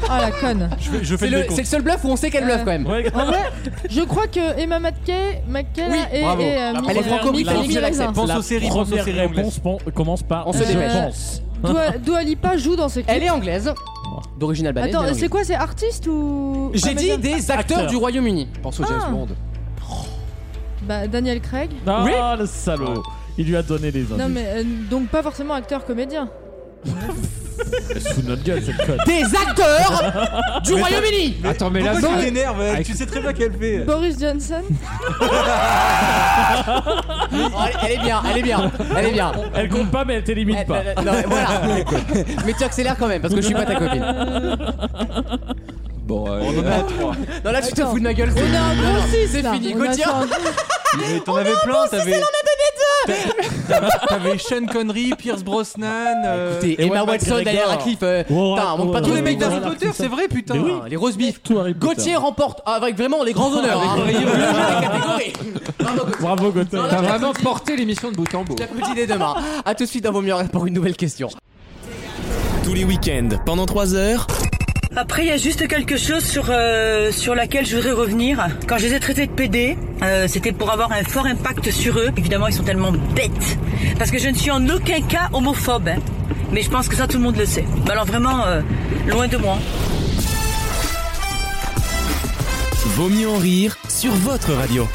Speaker 4: Ah la conne.
Speaker 7: Je, fais- je fais
Speaker 2: C'est
Speaker 7: le
Speaker 2: le, c'est
Speaker 7: décompte.
Speaker 2: le seul bluff où on sait qu'elle bluffe quand même.
Speaker 5: Ouais,
Speaker 4: En vrai, je crois que Emma Mackey, Mackey
Speaker 2: Oui,
Speaker 4: et,
Speaker 2: bravo.
Speaker 4: et, euh,
Speaker 3: La
Speaker 4: Miss-
Speaker 2: Elle est
Speaker 3: première
Speaker 2: franco-britannique,
Speaker 4: Miss
Speaker 2: je l'accepte.
Speaker 4: Raisin.
Speaker 7: Pense
Speaker 3: La
Speaker 7: aux séries, pense aux
Speaker 3: première
Speaker 7: séries anglaises.
Speaker 3: réponse pon- commence par.
Speaker 2: On se
Speaker 3: je
Speaker 2: dépêche.
Speaker 3: pense.
Speaker 4: Dua, Dua Lipa joue dans ce clip.
Speaker 2: Elle est anglaise, d'origine albanaise. mais
Speaker 4: Attends,
Speaker 2: anglaise.
Speaker 4: c'est quoi C'est artiste ou.
Speaker 2: J'ai
Speaker 4: Ah,
Speaker 2: dit
Speaker 4: mais-
Speaker 2: des acteurs
Speaker 5: Acteurs.
Speaker 2: du Royaume-Uni.
Speaker 6: Pense au
Speaker 2: Ah.
Speaker 6: James Bond.
Speaker 4: Bah, Daniel Craig.
Speaker 3: Ah
Speaker 2: Oui.
Speaker 3: le salaud Il lui a donné les indices.
Speaker 4: Non, mais euh, donc pas forcément acteur-comédien.
Speaker 3: Sous notre gueule cette conne.
Speaker 2: Des acteurs du Royaume-Uni
Speaker 6: Attends, mais là,
Speaker 7: Pourquoi
Speaker 6: non.
Speaker 7: tu t'énerves elle Tu sais très bien qu'elle fait.
Speaker 4: Boris Johnson
Speaker 2: Oh, elle- Elle est bien, elle est bien, elle est bien.
Speaker 3: Elle compte pas mais elle t'élimine
Speaker 2: Elle-
Speaker 3: pas.
Speaker 2: elle- non, mais voilà. Mais tu accélères quand même parce que je suis pas ta copine.
Speaker 6: Bon, euh,
Speaker 7: On en a à 3.
Speaker 2: Non là tu te fous de ma gueule. c'est-
Speaker 4: Non,
Speaker 2: C'est fini, Gauthier.
Speaker 7: Mais t'en avais plein, t'avais. T'avais- T'avais Sean Connery, Pierce Brosnan. euh,
Speaker 2: Écoutez, Emma
Speaker 7: Ewan
Speaker 2: Watson,
Speaker 7: McGregor.
Speaker 2: Daniel Radcliffe. euh,
Speaker 5: Wow,
Speaker 2: Putain, on manque
Speaker 5: wow,
Speaker 2: pas
Speaker 5: wow,
Speaker 2: trop
Speaker 7: Tous
Speaker 2: de
Speaker 7: les
Speaker 5: wow,
Speaker 7: mecs
Speaker 5: wow.
Speaker 7: d'Harry
Speaker 5: Voilà.
Speaker 7: Potter, c'est vrai, putain.
Speaker 5: Mais oui.
Speaker 2: Ah, Les roast beef.
Speaker 3: Tout Harry Potter.
Speaker 2: Gauthier remporte ah, avec vraiment les grands honneurs. hein. Le jeu de la catégorie. Bravo, Gauthier.
Speaker 3: Bravo Gauthier.
Speaker 2: Non,
Speaker 6: T'as
Speaker 2: là,
Speaker 6: vraiment porté l'émission de bout en bout.
Speaker 2: J'applaudis dès demain. A tout de suite dans Vos mieux en rire pour une nouvelle question.
Speaker 1: Tous les week-ends, pendant 3 heures,
Speaker 10: Après, il y a juste quelque chose sur, euh, sur laquelle je voudrais revenir. Quand je les ai traités de PD, euh, c'était pour avoir un fort impact sur eux. Évidemment, ils sont tellement bêtes. Parce que je ne suis en aucun cas homophobe. hein. Mais je pense que ça, tout le monde le sait. Mais alors vraiment, euh, loin de moi.
Speaker 1: Vaut mieux en rire sur votre radio.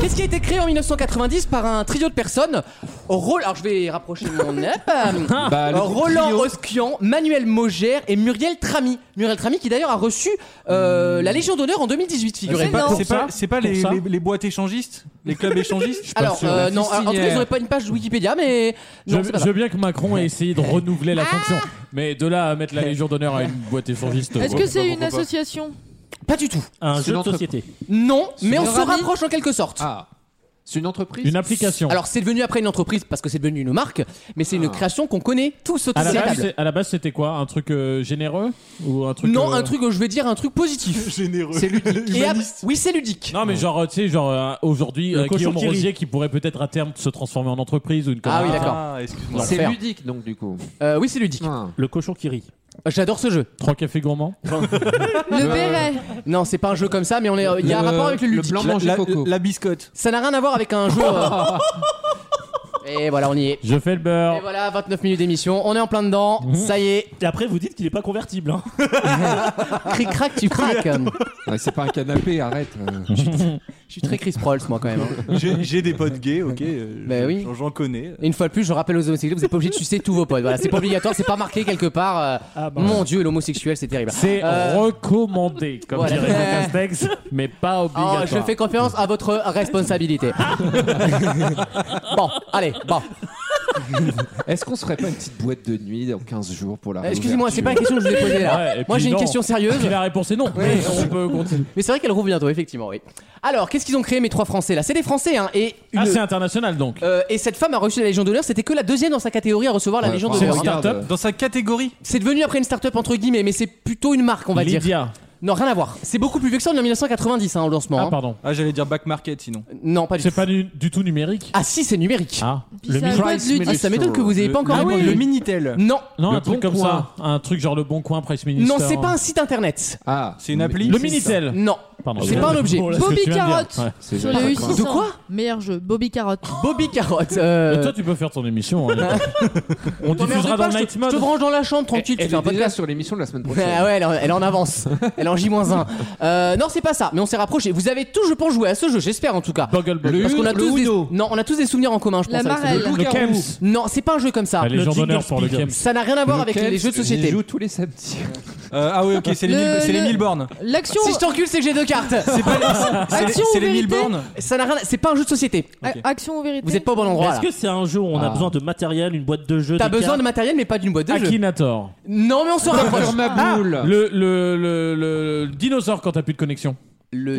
Speaker 2: Qu'est-ce qui a été créé en 1990 par un trio de personnes Roland, alors je vais rapprocher mon app. Euh,
Speaker 6: Bah, le groupe
Speaker 2: Roland
Speaker 6: Trio.
Speaker 2: Osquian, Manuel Maugère et Muriel Trami. Muriel Trami qui d'ailleurs a reçu euh, la Légion d'honneur en 2018,
Speaker 7: C'est
Speaker 2: figurez-vous.
Speaker 7: pas,
Speaker 4: non.
Speaker 7: c'est pas-
Speaker 3: Pour ça
Speaker 7: c'est pas les,
Speaker 3: Pour ça
Speaker 7: les- les boîtes échangistes Les clubs échangistes
Speaker 2: Alors,
Speaker 6: sûr.
Speaker 2: euh,
Speaker 6: La
Speaker 2: non, en tout cas,
Speaker 6: fistinière.
Speaker 2: ils n'auraient pas une page Wikipédia, mais.
Speaker 3: Je,
Speaker 2: Non, c'est pas
Speaker 3: je
Speaker 2: ça.
Speaker 3: veux bien que Macron ait essayé de renouveler la fonction, mais de là à mettre la Légion d'honneur à une boîte échangiste. euh,
Speaker 4: Est-ce
Speaker 3: ouais,
Speaker 4: que c'est une
Speaker 3: pourquoi pas.
Speaker 4: association
Speaker 2: Pas du tout.
Speaker 5: Un
Speaker 6: C'est
Speaker 5: jeu de
Speaker 6: l'entre-
Speaker 5: société.
Speaker 2: Non, mais on
Speaker 4: une
Speaker 2: se
Speaker 4: ramie
Speaker 2: rapproche en quelque sorte.
Speaker 6: Ah, c'est une entreprise
Speaker 3: Une application.
Speaker 2: Alors, c'est devenu après une entreprise parce que c'est devenu une marque, mais c'est une création qu'on connaît tous autour
Speaker 3: à
Speaker 2: de
Speaker 3: Ah, la,
Speaker 2: la
Speaker 3: base,
Speaker 2: table.
Speaker 3: c'est- à la base, c'était quoi Un truc euh, généreux ou un truc
Speaker 2: Non,
Speaker 3: euh,
Speaker 2: un truc, je vais dire un truc positif.
Speaker 7: Généreux.
Speaker 2: C'est ludique. Et ab- oui, c'est ludique.
Speaker 3: Non, mais genre, euh, tu sais, genre euh, aujourd'hui,
Speaker 5: Le
Speaker 3: euh,
Speaker 5: cochon
Speaker 3: Guillaume
Speaker 5: qui rit.
Speaker 3: Rosier qui pourrait peut-être à terme se transformer en entreprise ou une.
Speaker 2: Ah oui,
Speaker 3: connerie.
Speaker 2: d'accord.
Speaker 7: Ah, excuse-moi.
Speaker 2: Non.
Speaker 6: C'est
Speaker 2: L'enfer.
Speaker 6: ludique, donc, du coup.
Speaker 2: Euh, oui, c'est ludique.
Speaker 6: Ah.
Speaker 5: Le cochon qui rit.
Speaker 2: J'adore ce jeu.
Speaker 3: Trois cafés gourmands.
Speaker 4: Le béret
Speaker 2: Non, c'est pas un jeu comme ça, mais on est. Il y a un
Speaker 6: Le-
Speaker 2: rapport avec le
Speaker 6: le
Speaker 2: ludique.
Speaker 6: blanc
Speaker 7: La,
Speaker 6: manger
Speaker 7: la-
Speaker 6: coco.
Speaker 7: la biscotte.
Speaker 2: Ça n'a rien à voir avec un jeu. euh. Et voilà, on y est.
Speaker 3: Je fais le beurre.
Speaker 2: Et voilà, 29 minutes d'émission, on est en plein dedans.
Speaker 3: Mmh.
Speaker 2: Ça y est,
Speaker 5: Et après, vous dites qu'il est pas convertible. Hein.
Speaker 2: cric crac, tu craques.
Speaker 6: Ah, c'est pas un canapé, arrête. Euh,
Speaker 2: Je suis très Chris Prolls, moi, quand même. hein.
Speaker 7: J'ai j'ai des potes gays, ok. euh,
Speaker 2: Bah
Speaker 7: j'en-
Speaker 2: oui.
Speaker 7: j'en- J'en connais.
Speaker 2: Et Une fois de plus, je rappelle aux homosexuels, vous n'êtes pas obligé de sucer tous vos potes. Voilà, c'est pas obligatoire, c'est pas marqué quelque part. euh,
Speaker 5: Ah, bah.
Speaker 2: Mon Dieu, l'homosexuel, c'est terrible.
Speaker 3: Ah, bah. C'est
Speaker 2: Euh,
Speaker 3: recommandé, comme
Speaker 2: voilà.
Speaker 3: dirait Jean Castex, mais pas
Speaker 2: Oh,
Speaker 3: obligatoire.
Speaker 2: je fais confiance à votre responsabilité. bon, allez, bon.
Speaker 6: Est-ce qu'on se ferait pas une petite boîte de nuit dans 15 jours pour la
Speaker 2: Euh, Excusez-moi, c'est pas la question que je vous ai posée là.
Speaker 3: Ouais, et
Speaker 2: Moi,
Speaker 3: puis
Speaker 2: j'ai une
Speaker 3: non.
Speaker 2: question sérieuse.
Speaker 3: Puis La réponse est non. Mais on peut continuer.
Speaker 2: Mais c'est vrai qu'elle rouvre bientôt, effectivement, oui. Alors, qu'est-ce qu'ils ont créé, mes trois Français là C'est des Français, hein. Et, une-
Speaker 3: Ah, c'est international donc.
Speaker 2: euh, et cette femme a reçu la Légion d'honneur. C'était que la deuxième dans sa catégorie à recevoir la
Speaker 6: Ouais,
Speaker 2: Légion
Speaker 6: bravo.
Speaker 2: d'honneur. hein.
Speaker 6: Regarde,
Speaker 3: start-up
Speaker 6: euh,
Speaker 7: Dans sa catégorie
Speaker 2: C'est devenu après une start-up entre guillemets, mais c'est plutôt une marque, on va dire.
Speaker 3: Lydia.
Speaker 2: Non, rien à voir. C'est beaucoup plus vieux que ça. On est en 1990 hein, au lancement.
Speaker 3: Ah,
Speaker 2: hein.
Speaker 3: pardon.
Speaker 7: Ah, j'allais dire back market sinon.
Speaker 2: Non, pas du tout.
Speaker 3: C'est pas du, du tout numérique.
Speaker 2: Ah si, c'est numérique.
Speaker 3: Ah,
Speaker 4: Puis ça a quoi de ludique
Speaker 2: Ah, ça m'étonne que vous n'ayez pas encore
Speaker 7: le,
Speaker 2: répondu.
Speaker 7: le Minitel.
Speaker 2: Non,
Speaker 3: non,
Speaker 6: Le
Speaker 3: un truc
Speaker 6: Bon
Speaker 3: comme
Speaker 6: Coin.
Speaker 3: ça. Un truc genre le Bon Coin, Price Minister.
Speaker 2: non, c'est pas un site internet.
Speaker 6: Ah,
Speaker 7: C'est une
Speaker 6: mais-
Speaker 7: appli
Speaker 3: Le Minitel.
Speaker 2: Non.
Speaker 3: Pardon.
Speaker 2: C'est pas un objet.
Speaker 3: Bon, là, ce que
Speaker 4: Bobby
Speaker 3: tu viens de
Speaker 4: Carotte.
Speaker 3: dire. Ouais.
Speaker 6: c'est
Speaker 4: Sur le U600.
Speaker 2: De quoi
Speaker 4: Meilleur jeu, Bobby Carotte.
Speaker 2: Bobby Carotte. euh,
Speaker 3: Mais toi, tu peux faire ton émission. hein. On
Speaker 2: t'emmerde
Speaker 3: diffusera
Speaker 2: pas,
Speaker 3: dans
Speaker 2: je te-
Speaker 3: Night
Speaker 2: Je te
Speaker 3: Mode.
Speaker 2: branche dans la chambre tranquille, tu
Speaker 6: Elle
Speaker 2: fais un
Speaker 6: est déjà
Speaker 2: podcast.
Speaker 6: sur Bah l'émission de la semaine
Speaker 2: Ah
Speaker 6: prochaine.
Speaker 2: ouais, elle en, elle en avance. Elle est en J-1. Euh, non, c'est pas ça, mais on s'est rapproché. Vous avez tous, je pense, joué à ce jeu, j'espère en tout cas.
Speaker 3: Boggle Boggle.
Speaker 2: Parce qu'on a
Speaker 6: le
Speaker 2: tous
Speaker 6: Uno.
Speaker 2: des... Non, on a tous des souvenirs en commun, je pense.
Speaker 4: La
Speaker 2: avec ce jeu.
Speaker 4: marelle.
Speaker 3: Le Kems.
Speaker 2: Non, c'est pas un jeu comme ça.
Speaker 3: Ah, Les gens
Speaker 5: Ginger
Speaker 3: d'honneur pour le
Speaker 5: Speed.
Speaker 3: Kems.
Speaker 2: Ça n'a rien à voir avec
Speaker 6: Lequel
Speaker 2: les jeux de
Speaker 6: j'y
Speaker 2: société.
Speaker 6: joue tous les samedis.
Speaker 7: Euh, ah oui, ok, c'est les,
Speaker 4: Le-
Speaker 7: mille- c'est les
Speaker 4: le-
Speaker 7: mille bornes.
Speaker 4: L'action.
Speaker 2: Si je t'encule, c'est que j'ai deux cartes.
Speaker 7: C'est pas les-
Speaker 4: Action
Speaker 7: c'est
Speaker 4: ou
Speaker 7: les mille
Speaker 4: vérité
Speaker 7: bornes
Speaker 2: Ça n'a rien. à- C'est pas un jeu de société.
Speaker 4: a- Action ou vérité
Speaker 2: Vous êtes pas au bon endroit.
Speaker 5: Est-ce
Speaker 2: là.
Speaker 5: que c'est un jeu où on a
Speaker 6: Ah.
Speaker 5: besoin de matériel, une boîte de jeu
Speaker 2: T'as besoin de matériel, mais pas d'une boîte de Ah. jeu.
Speaker 3: Akinator.
Speaker 2: Non, mais on se rapproche.
Speaker 6: ma boule.
Speaker 3: Le, le, le, le, le dinosaure quand t'as plus de connexion.
Speaker 2: Le,
Speaker 3: Le,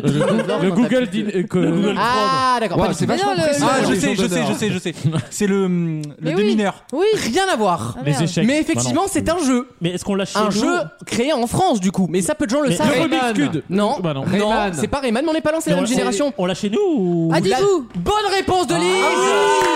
Speaker 3: le Google. Din- euh, que-
Speaker 2: Ah, d'accord. pas
Speaker 6: Ouais,
Speaker 2: du
Speaker 6: c'est
Speaker 2: tout.
Speaker 4: Mais
Speaker 6: vachement
Speaker 4: non, le-
Speaker 6: précis,
Speaker 7: Ah,
Speaker 6: la
Speaker 7: je
Speaker 6: Légion
Speaker 7: sais, je sais,
Speaker 6: d'honneur.
Speaker 7: je sais, je sais. C'est le, hum, le
Speaker 4: Mais oui.
Speaker 7: démineur.
Speaker 4: Oui.
Speaker 2: Rien à voir.
Speaker 4: Ah,
Speaker 3: Les
Speaker 4: merde.
Speaker 3: échecs.
Speaker 2: Mais
Speaker 3: Bah non.
Speaker 2: effectivement, c'est un jeu.
Speaker 5: Mais est-ce qu'on l'a chez
Speaker 2: Un
Speaker 5: nous
Speaker 2: jeu créé en France, du coup. Mais ça, peu de gens le
Speaker 5: Mais
Speaker 2: savent.
Speaker 3: le Rubik's
Speaker 2: Rayman.
Speaker 3: Cube.
Speaker 2: Non,
Speaker 3: Bah non.
Speaker 2: non
Speaker 6: Rayman.
Speaker 2: c'est pas Rayman, mais on n'est pas lancé
Speaker 5: Mais
Speaker 2: la
Speaker 5: on-
Speaker 2: même génération.
Speaker 5: On l'a chez nous ou...
Speaker 4: Ah, dites-vous
Speaker 2: Bonne réponse de
Speaker 7: Ah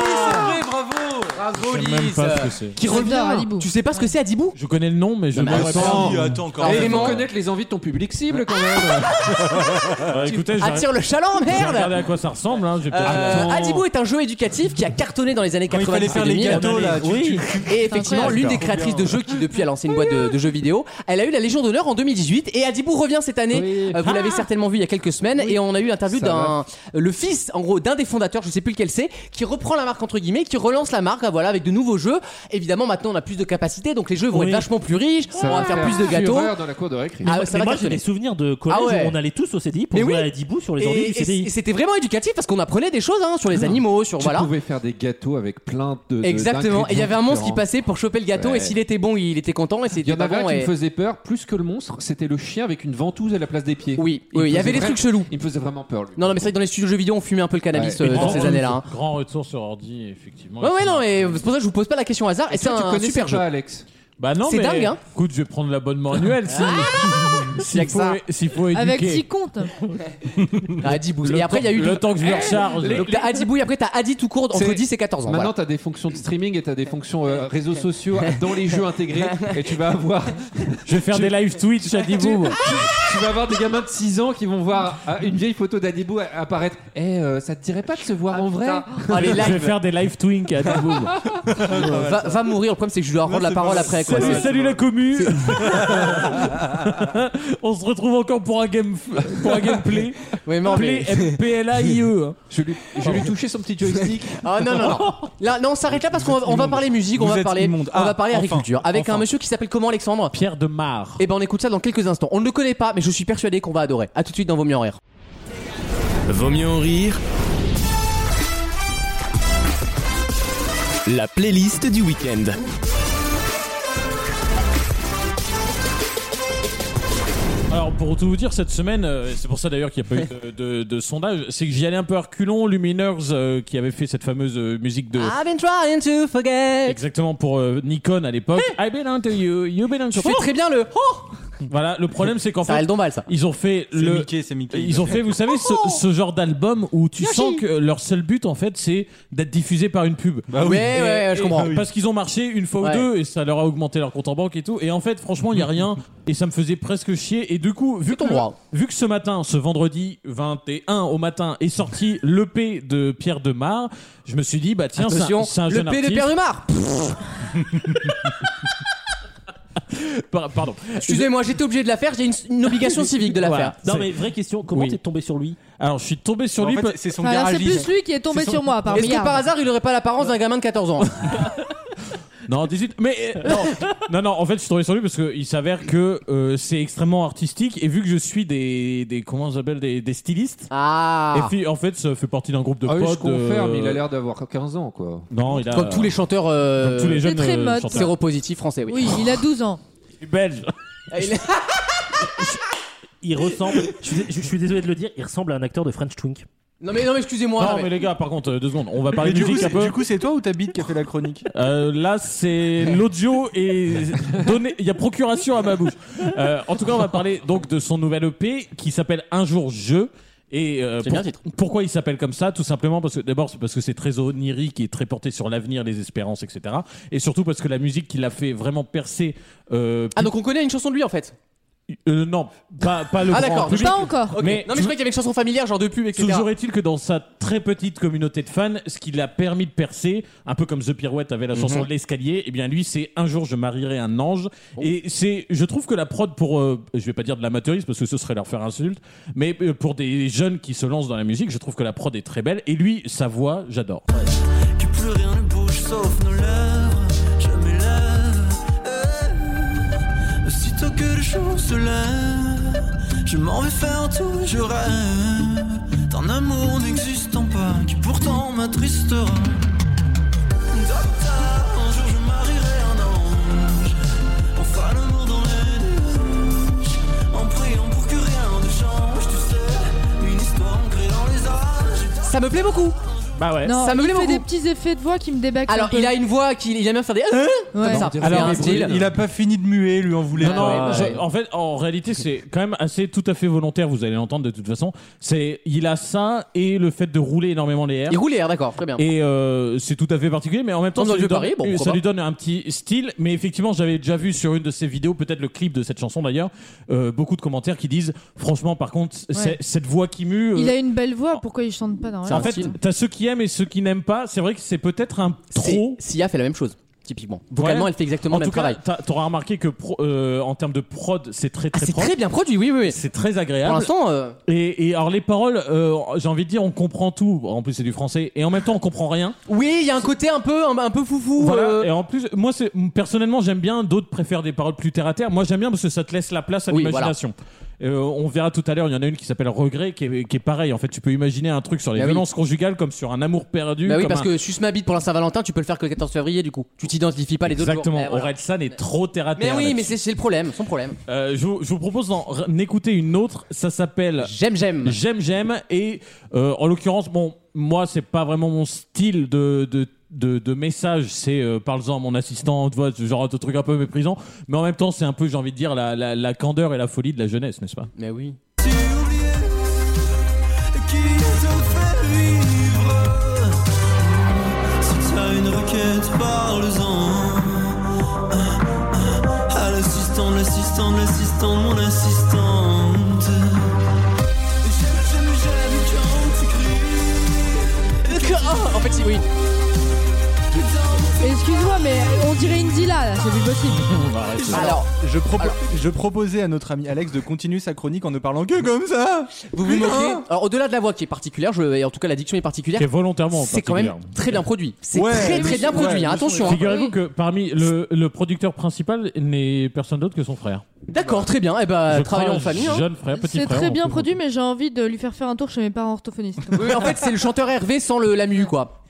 Speaker 2: Lise
Speaker 7: oui, c'est vrai, bravo
Speaker 2: Bravo,
Speaker 3: Je sais même
Speaker 2: Lise
Speaker 3: pas ce que c'est.
Speaker 2: Qui
Speaker 4: J'adore
Speaker 2: revient.
Speaker 4: Adibou.
Speaker 2: Tu sais pas ce que c'est, Adibou
Speaker 3: Je connais le nom, mais je
Speaker 2: Bah,
Speaker 6: Non, mais
Speaker 3: me
Speaker 6: attends.
Speaker 3: rappelle.
Speaker 7: Si, attends, quand
Speaker 2: Ah,
Speaker 7: même.
Speaker 6: Il faut
Speaker 2: Vraiment.
Speaker 6: connaître les envies de ton public cible quand même.
Speaker 3: Euh, écoutez, j'ai
Speaker 2: Attire le chaland,
Speaker 3: j'ai
Speaker 2: Ah, merde
Speaker 3: regardé à quoi ça ressemble. Hein. J'ai peut-être-
Speaker 2: Euh, Adibou est un jeu éducatif qui a cartonné dans les années
Speaker 7: Quand il
Speaker 2: 90
Speaker 7: fallait
Speaker 2: et
Speaker 7: faire les
Speaker 2: 2000.
Speaker 7: gâteaux là, tu-
Speaker 5: Oui.
Speaker 7: tu-
Speaker 2: Et effectivement,
Speaker 4: incroyable.
Speaker 2: l'une des créatrices de jeux qui depuis a lancé une boîte de, de jeux vidéo, elle a eu la Légion d'honneur en 2018 et Adibou revient cette année.
Speaker 6: Oui. Ah
Speaker 2: Euh, Vous l'avez certainement vu il y a quelques semaines et on a eu l'interview
Speaker 6: Ça
Speaker 2: d'un le fils en gros d'un des fondateurs, je sais plus lequel c'est, qui reprend la marque entre guillemets, qui relance la marque ah, voilà avec de nouveaux jeux. Évidemment, maintenant on a plus de capacité donc les jeux vont
Speaker 5: Oui.
Speaker 2: être vachement plus riches,
Speaker 6: Ça
Speaker 2: on va faire plus de gâteaux.
Speaker 6: fureur dans la cour de récré.
Speaker 2: Ah
Speaker 5: Mais
Speaker 2: ouais, ça va
Speaker 5: moi j'ai
Speaker 2: cartonner.
Speaker 5: des souvenirs de collège
Speaker 2: Ah ouais.
Speaker 5: où on allait tous au CDI pour
Speaker 2: Mais
Speaker 5: jouer
Speaker 2: oui.
Speaker 5: à Dibou sur les ordi
Speaker 2: Et,
Speaker 5: du
Speaker 2: et- et
Speaker 5: CDI.
Speaker 2: c'était vraiment éducatif parce qu'on apprenait des choses hein, sur les animaux, sur
Speaker 6: Tu
Speaker 2: voilà.
Speaker 6: pouvais faire des gâteaux avec plein de. de-
Speaker 2: Exactement. Et il y avait un monstre qui
Speaker 6: d'ingrédients
Speaker 2: passait pour choper le gâteau
Speaker 6: Ouais.
Speaker 2: et s'il était bon, il était content et
Speaker 6: Il y
Speaker 2: c'était
Speaker 6: en
Speaker 2: pas
Speaker 6: avait un
Speaker 2: bon.
Speaker 6: qui
Speaker 2: et-
Speaker 6: me faisait peur, plus que le monstre, c'était le chien avec une ventouse à la place des pieds.
Speaker 2: Oui,
Speaker 6: me
Speaker 2: oui, il y
Speaker 6: faisait
Speaker 2: avait des
Speaker 6: vra-
Speaker 2: trucs chelous.
Speaker 6: Il me faisait vraiment peur, lui.
Speaker 2: Non, non, mais c'est vrai que dans les studios jeux vidéo, on fumait un peu le cannabis
Speaker 6: Ouais.
Speaker 2: euh, dans
Speaker 3: Grand-
Speaker 2: ces années-là. hein.
Speaker 3: Grand retour sur ordi, effectivement.
Speaker 2: Ouais, ouais, non, mais c'est pour ça que je vous pose pas la question au hasard. Et c'est
Speaker 6: Toi, tu
Speaker 2: un
Speaker 6: connais
Speaker 2: super
Speaker 6: ça,
Speaker 2: jeu.
Speaker 6: Alex.
Speaker 3: Bah non,
Speaker 2: C'est
Speaker 3: mais
Speaker 2: dingue, hein.
Speaker 3: écoute, je vais prendre l'abonnement annuel si-
Speaker 2: Y a
Speaker 3: s'il
Speaker 2: que
Speaker 3: faut, e-,
Speaker 2: ça.
Speaker 3: s'il faut éduquer.
Speaker 4: Avec 6 comptes.
Speaker 2: Ah, Adibou.
Speaker 3: le
Speaker 2: Et après, il y a eu.
Speaker 3: le temps que je me recharge.
Speaker 2: Donc, t'as Adibou, et après, t'as Adi tout court entre
Speaker 6: C'est-
Speaker 2: 10 et 14 ans.
Speaker 6: Maintenant,
Speaker 2: ben, voilà.
Speaker 6: t'as des fonctions de streaming et t'as des fonctions euh, réseaux sociaux dans les jeux intégrés. Et tu vas avoir,
Speaker 3: Je vais faire des live Twitch à Dibou.
Speaker 6: tu vas avoir des gamins de 6 ans qui vont voir euh, une vieille photo d'Adibou a- apparaître. Eh, euh, ça te dirait pas de se voir en vrai
Speaker 2: Ah, les
Speaker 3: je vais
Speaker 2: lives,
Speaker 3: faire des live twink à Dibou.
Speaker 2: euh, va, va mourir. Le problème, c'est que je dois rendre la
Speaker 7: c'est
Speaker 2: parole
Speaker 7: pas-
Speaker 2: après. quoi.
Speaker 3: salut,
Speaker 7: c'est-
Speaker 3: salut la commu. On se retrouve encore pour un game pour un gameplay.
Speaker 2: Oui, non, mais-
Speaker 3: Play MPLAIE. hein.
Speaker 6: Je lui, je lui touchais son petit joystick.
Speaker 2: Ah, non, non, non. Là, non, on s'arrête là parce qu'on va, on va parler musique, on
Speaker 7: Vous
Speaker 2: va
Speaker 7: êtes
Speaker 2: parler,
Speaker 7: immonde.
Speaker 2: on va
Speaker 7: Ah,
Speaker 2: parler
Speaker 7: enfin,
Speaker 2: agriculture. Avec un
Speaker 7: enfin.
Speaker 2: monsieur qui s'appelle comment, Alexandre
Speaker 3: Pierre de Mar.
Speaker 2: Eh ben, on écoute ça dans quelques instants. On ne le connaît pas, mais je suis persuadé qu'on va adorer. À tout de suite dans Vaut mieux en rire.
Speaker 1: Vaut mieux en rire. La playlist du week-end.
Speaker 3: Alors pour tout vous dire, cette semaine, euh, c'est pour ça d'ailleurs qu'il n'y a pas eu de, de- de sondage, c'est que j'y allais un peu à reculons, Luminers euh, qui avait fait cette fameuse euh, musique de...
Speaker 2: I've been trying to forget.
Speaker 3: Exactement pour euh, Nikon à l'époque.
Speaker 2: Eh.
Speaker 3: I've been onto you, you've been
Speaker 2: Tu
Speaker 3: onto
Speaker 2: fais très bien le. Oh
Speaker 3: Voilà, le problème c'est qu'en
Speaker 2: Ça a
Speaker 3: fait,
Speaker 2: le dombal, ça.
Speaker 3: ils ont fait
Speaker 7: C'est
Speaker 3: le...
Speaker 7: Mickey, c'est Mickey.
Speaker 3: Ils ont fait, vous savez,
Speaker 2: Oh
Speaker 3: ce, ce genre d'album où tu sens que leur seul but, en fait, c'est d'être diffusé par une pub.
Speaker 7: Bah oui.
Speaker 2: Ouais, ouais, ouais, je comprends.
Speaker 3: Parce qu'ils ont marché une fois
Speaker 2: Ouais.
Speaker 3: ou deux et ça leur a augmenté leur compte en banque et tout. Et en fait, franchement, il n'y a rien et ça me faisait presque chier. Et du coup, vu que,
Speaker 2: ton droit.
Speaker 3: vu que ce matin, ce vendredi 21 au matin, est sorti l'EP de Pierre Demar, je me suis dit, bah tiens, c'est un,
Speaker 2: Attention,
Speaker 3: c'est un
Speaker 2: le
Speaker 3: jeune
Speaker 2: P de
Speaker 3: artiste.
Speaker 2: Pierre Humard.
Speaker 3: Par- Pardon.
Speaker 2: Excusez-moi, j'étais obligé de la faire, j'ai une, une obligation civique de la
Speaker 3: Voilà.
Speaker 2: faire.
Speaker 5: Non, mais vraie question, comment
Speaker 3: Oui.
Speaker 5: t'es tombé sur lui
Speaker 3: Alors, je suis tombé sur lui.
Speaker 7: En
Speaker 3: pa-
Speaker 7: fait, c'est son
Speaker 4: Enfin, là, c'est
Speaker 7: garagiste.
Speaker 4: plus lui qui est tombé
Speaker 3: C'est son-
Speaker 4: sur moi, par
Speaker 2: Est-ce que
Speaker 4: milliard.
Speaker 2: par hasard il aurait pas l'apparence d'un gamin de 14 ans
Speaker 3: Non, 18. Mais euh, non. non, non, en fait, je suis tombé sur lui parce qu'il s'avère que euh, c'est extrêmement artistique. Et vu que je suis des. des comment on s'appelle des, des stylistes.
Speaker 2: Ah
Speaker 3: Et puis, en fait, ça fait partie d'un groupe de
Speaker 6: Ah oui,
Speaker 3: potes.
Speaker 6: je confirme,
Speaker 3: euh,
Speaker 6: il a l'air d'avoir 15 ans, quoi.
Speaker 3: Non, il a.
Speaker 2: Comme tous les chanteurs euh,
Speaker 3: comme tous les jeunes.
Speaker 4: très
Speaker 3: euh,
Speaker 4: mode.
Speaker 3: chanteurs.
Speaker 2: séropositifs français, oui.
Speaker 4: Oui, il a 12 ans.
Speaker 3: belge.
Speaker 5: Il ressemble, je suis, je suis désolé de le dire, il ressemble à un acteur de French Twink.
Speaker 2: Non mais, non, mais excusez-moi.
Speaker 3: non,
Speaker 2: mais-
Speaker 3: mais les gars, par contre, euh, deux secondes, on va
Speaker 7: Mais
Speaker 3: parler
Speaker 7: du, coup,
Speaker 3: musique un
Speaker 7: c'est-
Speaker 3: peu.
Speaker 7: du coup, c'est toi ou ta bite qui a fait la chronique
Speaker 3: Euh, là, c'est l'audio et donné- il y a procuration à ma bouche. Euh, en tout cas, on va parler donc de son nouvel EP qui s'appelle Un jour je. Et euh,
Speaker 2: C'est
Speaker 3: pour-
Speaker 2: bien le titre.
Speaker 3: pourquoi il s'appelle comme ça Tout simplement parce que d'abord c'est parce que c'est très onirique et très porté sur l'avenir, les espérances, etc. Et surtout parce que la musique qui l'a fait vraiment percer. euh,
Speaker 2: Ah donc on connaît une chanson de lui en fait.
Speaker 3: euh, non, pas, pas le
Speaker 2: Ah,
Speaker 3: grand
Speaker 2: d'accord.
Speaker 3: public.
Speaker 4: Pas encore.
Speaker 2: Ok.
Speaker 3: Mais-
Speaker 2: non mais je croyais qu'il y avait une chanson familière genre de pub etc.
Speaker 3: Toujours est-il que dans sa très petite communauté de fans, ce qui l'a permis de percer, un peu comme The Pirouette avait la chanson de l'escalier, eh bien lui c'est un jour je marierai un ange. Et c'est, je trouve que la prod pour, euh, je vais pas dire de l'amateurisme parce que ce serait leur faire insulte, mais euh, pour des jeunes qui se lancent dans la musique, je trouve que la prod est très belle. Et lui, sa voix, j'adore.
Speaker 8: Que plus rien ne bouge sauf nos lèvres, je m'élève. eh. Aussitôt que le jour se lève, je m'en vais faire tout, je rêve. D'un amour n'existant pas, qui pourtant m'attristera. Docteur, un jour je marierai un ange. On fera l'amour dans les nuages, en priant pour que rien ne change, tu sais. Une histoire ancrée dans les âges.
Speaker 2: Ça me plaît beaucoup.
Speaker 3: Bah ouais.
Speaker 4: Non,
Speaker 2: Ça me
Speaker 4: il
Speaker 2: plaît
Speaker 4: fait
Speaker 2: beaucoup.
Speaker 4: des petits effets de voix qui me débectent.
Speaker 2: Alors
Speaker 4: un peu.
Speaker 2: il a une voix qui il aime bien faire des Hein
Speaker 4: Ouais.
Speaker 2: comme ça.
Speaker 6: dirait
Speaker 2: Alors
Speaker 6: un
Speaker 2: un
Speaker 6: bruit
Speaker 2: style.
Speaker 7: Il a pas fini de muer, lui, Euh, on voulait
Speaker 3: Non, non,
Speaker 7: pas.
Speaker 3: je- en fait, en réalité, c'est quand même assez tout à fait volontaire, vous allez l'entendre de toute façon. C'est, il a ça et le fait de rouler énormément les airs.
Speaker 2: Il roule les airs, d'accord, très bien.
Speaker 3: Et euh, c'est tout à fait particulier, mais en même temps,
Speaker 2: Comme dans
Speaker 3: ça,
Speaker 2: le
Speaker 3: lui donne,
Speaker 2: Paris, bon, pourquoi
Speaker 3: ça
Speaker 2: pas.
Speaker 3: lui donne un petit style. Mais effectivement, j'avais déjà vu sur une de ses vidéos, peut-être le clip de cette chanson d'ailleurs, euh, beaucoup de commentaires qui disent Franchement, par contre, c'est- cette voix qui mue. euh,
Speaker 4: Il a une belle voix, pourquoi il chante pas dans
Speaker 3: en fait, t'as ceux qui aiment et ceux qui n'aiment pas. C'est vrai que c'est peut-être un
Speaker 2: C'est-
Speaker 3: trop.
Speaker 2: Sia fait la même chose typiquement. Vocalement,
Speaker 3: Ouais.
Speaker 2: elle fait exactement
Speaker 3: En
Speaker 2: le
Speaker 3: tout
Speaker 2: même
Speaker 3: cas,
Speaker 2: travail.
Speaker 3: t'as- t'auras remarqué que pro- euh, en termes de prod, c'est très
Speaker 2: Ah,
Speaker 3: très
Speaker 2: c'est
Speaker 3: propre.
Speaker 2: très bien produit, oui, oui, oui.
Speaker 3: C'est très
Speaker 2: Pour
Speaker 3: agréable.
Speaker 2: l'instant, euh,
Speaker 3: Et, et alors les paroles, euh, j'ai envie de dire, on comprend tout. En plus, c'est du français. Et en même temps, on comprend rien.
Speaker 2: oui, il y a un côté un peu, un, un peu foufou.
Speaker 3: Voilà.
Speaker 2: euh,
Speaker 3: Et en plus, moi, c'est personnellement, j'aime bien. D'autres préfèrent des paroles plus terre à terre. Moi, j'aime bien parce que ça te laisse la place à
Speaker 2: Oui,
Speaker 3: l'imagination. Euh, on verra tout à l'heure. Il y en a une qui s'appelle Regret, qui est, qui est pareil. En fait, tu peux imaginer un truc sur les
Speaker 2: Bah oui.
Speaker 3: violences conjugales, comme sur un amour perdu.
Speaker 2: Bah oui,
Speaker 3: comme
Speaker 2: parce
Speaker 3: un-
Speaker 2: que suce ma bite pour la Saint-Valentin, tu peux le faire que le 14 février, du coup. Tu t'identifies pas les autres
Speaker 3: Exactement.
Speaker 2: jours. Eh, voilà.
Speaker 3: Orelsan est trop terre à
Speaker 2: Mais
Speaker 3: terre.
Speaker 2: oui, mais
Speaker 3: là-dessus.
Speaker 2: c'est c'est le problème, son problème.
Speaker 3: Euh, je, vous, je vous propose d'en r- écouter une autre. Ça s'appelle
Speaker 2: J'aime, j'aime.
Speaker 3: J'aime, j'aime. Et euh, en l'occurrence, bon, moi, c'est pas vraiment mon style de. de de, de message, c'est euh, parle-en à mon assistant, tu vois, ce genre de truc un peu méprisant, mais en même temps, c'est un peu, j'ai envie de dire, la, la, la candeur et la folie de la jeunesse, n'est-ce pas
Speaker 2: Mais oui.
Speaker 8: Tu oublies qui te fait vivre. Si t'as une requête, parle-en. À Ah, l'assistant, de l'assistant, de l'assistant, de mon assistante. J'aime, j'aime, j'aime quand tu cries.
Speaker 2: Ah, en fait, si, oui.
Speaker 8: Putain,
Speaker 4: Excuse-moi, mais on dirait Indila, là, c'est du possible.
Speaker 2: Alors,
Speaker 7: Je, propo- je proposais à notre ami Alex de continuer sa chronique en ne parlant que comme ça.
Speaker 2: vous vous
Speaker 7: Putain.
Speaker 2: moquez. Alors, au-delà de la voix qui est particulière, je, et en tout cas, la diction est particulière,
Speaker 3: Qui est volontairement en
Speaker 2: c'est quand même
Speaker 3: particulier.
Speaker 2: très bien produit. C'est
Speaker 7: Ouais.
Speaker 2: très,
Speaker 7: Oui,
Speaker 2: très
Speaker 7: oui,
Speaker 2: bien
Speaker 7: ouais,
Speaker 2: produit, hein,
Speaker 7: oui,
Speaker 2: attention. hein.
Speaker 3: Figurez-vous
Speaker 4: Oui.
Speaker 3: que parmi le, le producteur principal n'est personne d'autre que son frère.
Speaker 2: D'accord, très bien. Eh ben,
Speaker 3: Je
Speaker 2: travaillons
Speaker 3: crois,
Speaker 2: en famille. hein.
Speaker 3: Jeune frère, petit
Speaker 4: C'est
Speaker 3: frère.
Speaker 4: très
Speaker 3: on
Speaker 4: bien
Speaker 3: peut-
Speaker 4: produit, mais j'ai envie de lui faire faire un tour chez mes parents orthophonistes.
Speaker 2: Oui, en fait, c'est le chanteur Hervé sans le, la mu, quoi.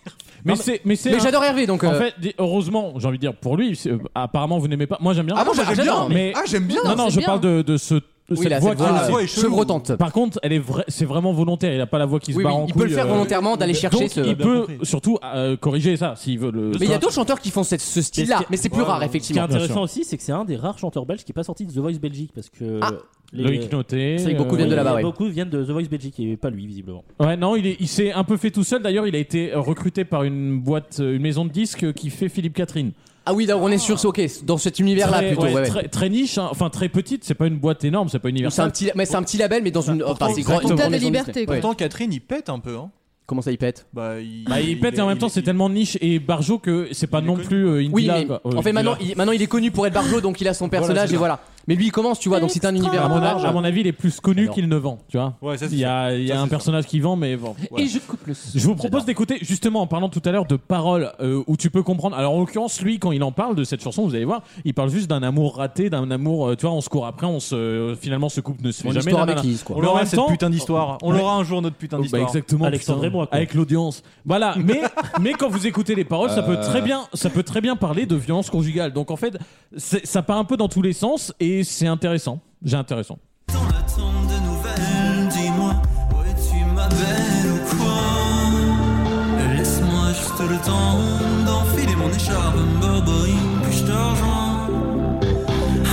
Speaker 3: Mais c'est. Mais, c'est
Speaker 2: Mais
Speaker 3: un-
Speaker 2: j'adore Hervé, donc.
Speaker 3: En
Speaker 2: euh,
Speaker 3: fait, des- heureusement, j'ai envie de dire pour lui, c'est- euh, apparemment vous n'aimez pas. Moi j'aime bien.
Speaker 2: Ah, moi, j'aime bien.
Speaker 3: Mais
Speaker 7: Ah, j'aime bien.
Speaker 3: non, non,
Speaker 4: c'est
Speaker 3: je
Speaker 4: bien.
Speaker 3: parle de, de ce. de
Speaker 2: Ah, oui,
Speaker 3: cette
Speaker 2: la
Speaker 3: voix
Speaker 2: voix, euh,
Speaker 3: qu'il a.
Speaker 7: la voix est chelou.
Speaker 2: chevrotante.
Speaker 3: Par contre, elle est vraie- c'est vraiment volontaire. Il a pas la voix qui se
Speaker 2: Oui,
Speaker 3: barre
Speaker 2: oui,
Speaker 3: en
Speaker 2: il peut le
Speaker 3: couille,
Speaker 2: faire
Speaker 3: euh,
Speaker 2: volontairement d'aller chercher
Speaker 3: donc,
Speaker 2: ce.
Speaker 3: Il
Speaker 7: bien
Speaker 3: peut
Speaker 7: compris.
Speaker 3: surtout euh, corriger ça s'il veut le.
Speaker 2: Mais il y a d'autres chanteurs qui font cette- ce style-là,
Speaker 5: Qu'est-ce qu'il-
Speaker 2: mais c'est plus
Speaker 7: Ouais,
Speaker 2: rare,
Speaker 7: ouais.
Speaker 5: Ce qui est
Speaker 2: effectivement.
Speaker 3: Ah, Bien sûr.
Speaker 5: intéressant aussi, c'est que c'est un des rares chanteurs belges qui n'est pas sorti de The Voice Belgique parce que
Speaker 2: Ah.
Speaker 5: les-
Speaker 3: Loïc Noté.
Speaker 2: C'est vrai que beaucoup
Speaker 5: Oui,
Speaker 2: viennent de là-bas, ouais.
Speaker 5: Beaucoup viennent de The Voice Belgique et pas lui visiblement.
Speaker 3: euh, Ouais, non, il, est- il s'est un peu fait tout seul. D'ailleurs, il a été recruté par une boîte, euh, une maison de disques qui fait Philippe Catherine.
Speaker 2: Ah oui, donc on est sur ce, ok, dans cet univers-là
Speaker 3: Très-
Speaker 2: plutôt.
Speaker 3: ouais,
Speaker 2: ouais, ouais.
Speaker 3: Très, très niche, hein. enfin très petite. C'est pas une boîte énorme, c'est pas
Speaker 2: C'est un
Speaker 3: universel.
Speaker 2: petit, mais c'est un petit label, mais dans une. Enfin, c'est
Speaker 4: Une
Speaker 2: grand.
Speaker 4: table de liberté, quoi.
Speaker 7: Pourtant, Catherine, il pète un peu. Hein.
Speaker 2: Comment ça, il pète
Speaker 7: Bah, il,
Speaker 3: Bah, il pète et en même temps, c'est tellement niche et barjo que c'est pas non plus euh,
Speaker 2: Oui,
Speaker 3: Indila,
Speaker 2: mais
Speaker 3: quoi. Euh,
Speaker 2: en fait, maintenant
Speaker 3: Indila.
Speaker 2: il, maintenant, il est connu pour être Barjo, donc il a son personnage
Speaker 3: c'est
Speaker 2: et
Speaker 3: ça.
Speaker 2: voilà. Mais lui, il commence, tu vois, donc c'est un univers
Speaker 3: à
Speaker 2: un peu
Speaker 3: mon,
Speaker 2: large.
Speaker 3: avis, à mon avis, il est plus connu
Speaker 2: Alors.
Speaker 3: qu'il ne vend, tu vois.
Speaker 7: Ouais, ça, c'est
Speaker 3: il y a, il y a un personnage qui vend, mais bon. voilà.
Speaker 6: Et je coupe le son.
Speaker 3: Je vous propose d'écouter, justement, en parlant tout à l'heure de paroles euh, où tu peux comprendre. Alors, en l'occurrence, lui, quand il en parle de cette chanson, vous allez voir, il parle juste d'un amour raté, d'un amour, euh, tu vois, on se court après, on se, euh, finalement, ce couple ne se fait
Speaker 2: Mon
Speaker 3: jamais.
Speaker 2: histoire
Speaker 3: nanana.
Speaker 2: avec Lise, quoi.
Speaker 3: Mais
Speaker 7: On
Speaker 3: en
Speaker 7: aura
Speaker 3: même
Speaker 7: cette
Speaker 3: temps-
Speaker 7: putain d'histoire. On
Speaker 3: Ouais.
Speaker 7: l'aura un jour notre putain
Speaker 3: Oh, bah,
Speaker 7: d'histoire.
Speaker 3: exactement,
Speaker 5: Alexandre
Speaker 3: putain.
Speaker 5: et moi, quoi.
Speaker 3: avec l'audience. Voilà, mais mais quand vous écoutez les paroles, ça peut très
Speaker 7: Euh.
Speaker 3: bien, ça peut très bien parler de violence conjugale. Donc en fait, c'est- ça part un peu dans tous les sens et c'est intéressant. J'ai intéressant.
Speaker 8: T'en attends de nouvelles, dis-moi, où es-tu ma belle ou quoi Laisse-moi juste le temps d'enfiler mon écharpe Burberry, puis je te rejoins.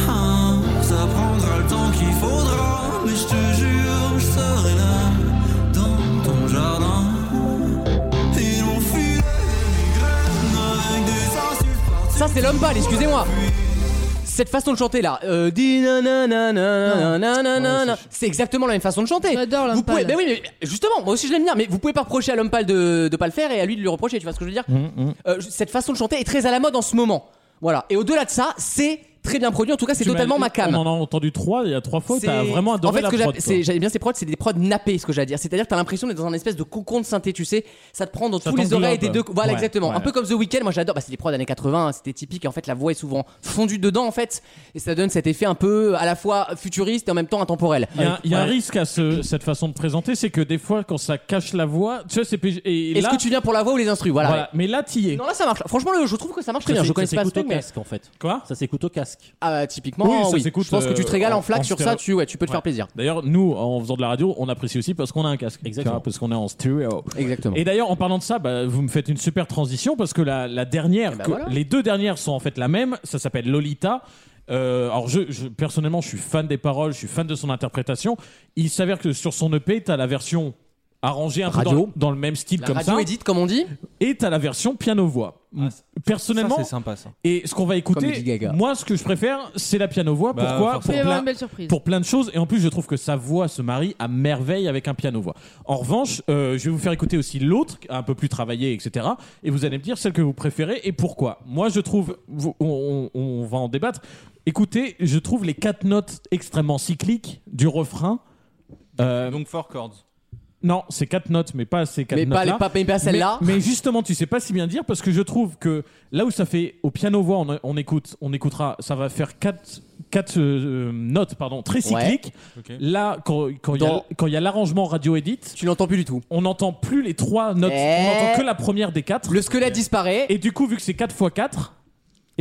Speaker 8: Ah, ça prendra le temps qu'il faudra, mais je te jure, je serai là, dans ton jardin. Et l'on fuit les graines avec des insultes parties.
Speaker 2: Ça, c'est l'homme pâle, excusez-moi. Cette façon de chanter là, euh, di na na na na na na na na na. c'est exactement la même façon de chanter.
Speaker 4: J'adore l'homme
Speaker 2: Vous pouvez, ben
Speaker 4: pâle.
Speaker 2: oui, mais justement, moi aussi je l'aime bien, mais vous pouvez pas reprocher à l'homme pâle de, de pas le faire et à lui de le reprocher, tu vois ce que je veux dire
Speaker 4: Mm.
Speaker 7: Hum,
Speaker 2: Euh, je- Cette façon de chanter est très à la mode en ce moment. Voilà. Et au-delà de ça, c'est très bien produit. En tout cas, c'est
Speaker 3: Tu m'as-
Speaker 2: totalement ma cam.
Speaker 3: On en a entendu trois il y a trois fois.
Speaker 2: C'est-
Speaker 3: T'as vraiment adoré
Speaker 2: en fait,
Speaker 3: la
Speaker 2: ce que j'a-
Speaker 3: prod, quoi.
Speaker 2: c'est- j'aime bien ces prods, c'est des prods nappés, ce que j'allais dire. C'est-à-dire, que t'as l'impression d'être dans un espèce de cocon de synthé, tu sais. Ça te prend dans
Speaker 3: Ça
Speaker 2: tous les
Speaker 3: t'englobe.
Speaker 2: oreilles des deux. Voilà,
Speaker 3: Ouais,
Speaker 2: exactement.
Speaker 3: ouais.
Speaker 2: Un peu comme The Weeknd, moi j'adore. Bah, c'est des prods années 80, c'était typique. Et en fait, la voix est souvent fondue dedans, en fait. Et ça donne cet effet un peu à la fois futuriste et en même temps intemporel.
Speaker 3: Il y a, il y a un risque à ce- cette façon de présenter, c'est que des fois, quand ça cache la voix, tu sais, c'est pég- et
Speaker 2: Est-ce
Speaker 3: là,
Speaker 2: que tu viens pour la voix ou les instrus Voilà.
Speaker 3: voilà. Mais là, t'y es.
Speaker 2: ouais. Non, là ça marche. Franchement, le- je trouve que ça marche très bien. Je connais pas ce
Speaker 5: au
Speaker 2: truc, mais
Speaker 5: casque en fait.
Speaker 3: Quoi
Speaker 5: Ça s'écoute au casque.
Speaker 2: Ah, typiquement,
Speaker 3: Oui, ça
Speaker 2: oui.
Speaker 3: s'écoute,
Speaker 2: je pense que tu te régales
Speaker 3: euh,
Speaker 2: en flac
Speaker 3: en
Speaker 2: sur
Speaker 3: stéréo.
Speaker 2: ça, tu, ouais, tu peux te
Speaker 3: Ouais.
Speaker 2: faire plaisir.
Speaker 3: D'ailleurs, nous, en faisant de la radio, on apprécie aussi parce qu'on a un casque.
Speaker 5: Exactement.
Speaker 3: Tu vois, Parce qu'on est en stéréo.
Speaker 2: Exactement.
Speaker 3: Et d'ailleurs, en parlant de ça, bah, vous me faites une super transition parce que la, la dernière,
Speaker 2: Eh ben
Speaker 3: que-
Speaker 2: voilà.
Speaker 3: les deux dernières sont en fait la même. Ça s'appelle Lolita. Euh, alors, je, je- personnellement, je suis fan des paroles, je suis fan de son interprétation. Il s'avère que sur son EP, t'as la version arrangée un peu
Speaker 2: Radio.
Speaker 3: dans, dans le même style
Speaker 2: La
Speaker 3: comme
Speaker 2: radio
Speaker 3: ça,
Speaker 2: édite, comme on dit. Ah,
Speaker 3: et t'as la version piano voix. Personnellement,
Speaker 7: Ça, c'est sympa ça.
Speaker 3: et ce qu'on va
Speaker 2: Comme Lady
Speaker 3: écouter,
Speaker 2: Gaga.
Speaker 3: moi, ce que je préfère, c'est la piano voix.
Speaker 7: Bah,
Speaker 3: Pourquoi
Speaker 7: forcément.
Speaker 4: Il va y
Speaker 3: Pour
Speaker 4: avoir
Speaker 3: plein-
Speaker 4: une belle surprise.
Speaker 3: pour plein de choses et en plus je trouve que sa voix se marie à merveille avec un piano voix en revanche euh, je vais vous faire écouter aussi l'autre un peu plus travaillé etc et vous allez me dire celle que vous préférez et pourquoi moi je trouve vous- on, on- on va en débattre écoutez je trouve les quatre notes extrêmement cycliques du refrain Euh,
Speaker 7: Donc, four chords.
Speaker 3: non c'est quatre notes mais pas ces quatre
Speaker 2: Mais
Speaker 3: notes
Speaker 2: pas,
Speaker 3: là
Speaker 2: les, pas, mais pas celle-là.
Speaker 3: mais, mais justement, tu sais pas si bien dire parce que je trouve que là où ça fait au piano voix, on, on écoute, on écoutera, ça va faire quatre quatre euh, notes pardon très cycliques.
Speaker 7: Ok.
Speaker 3: Là, quand quand il y a-
Speaker 2: Dans-
Speaker 3: quand il y a l'arrangement radio edit,
Speaker 2: Tu l'entends plus du tout.
Speaker 3: on n'entend plus les trois notes,
Speaker 2: Eh.
Speaker 3: on n'entend que la première des quatre.
Speaker 2: Le squelette disparaît.
Speaker 3: Et du coup, vu que c'est 4 x 4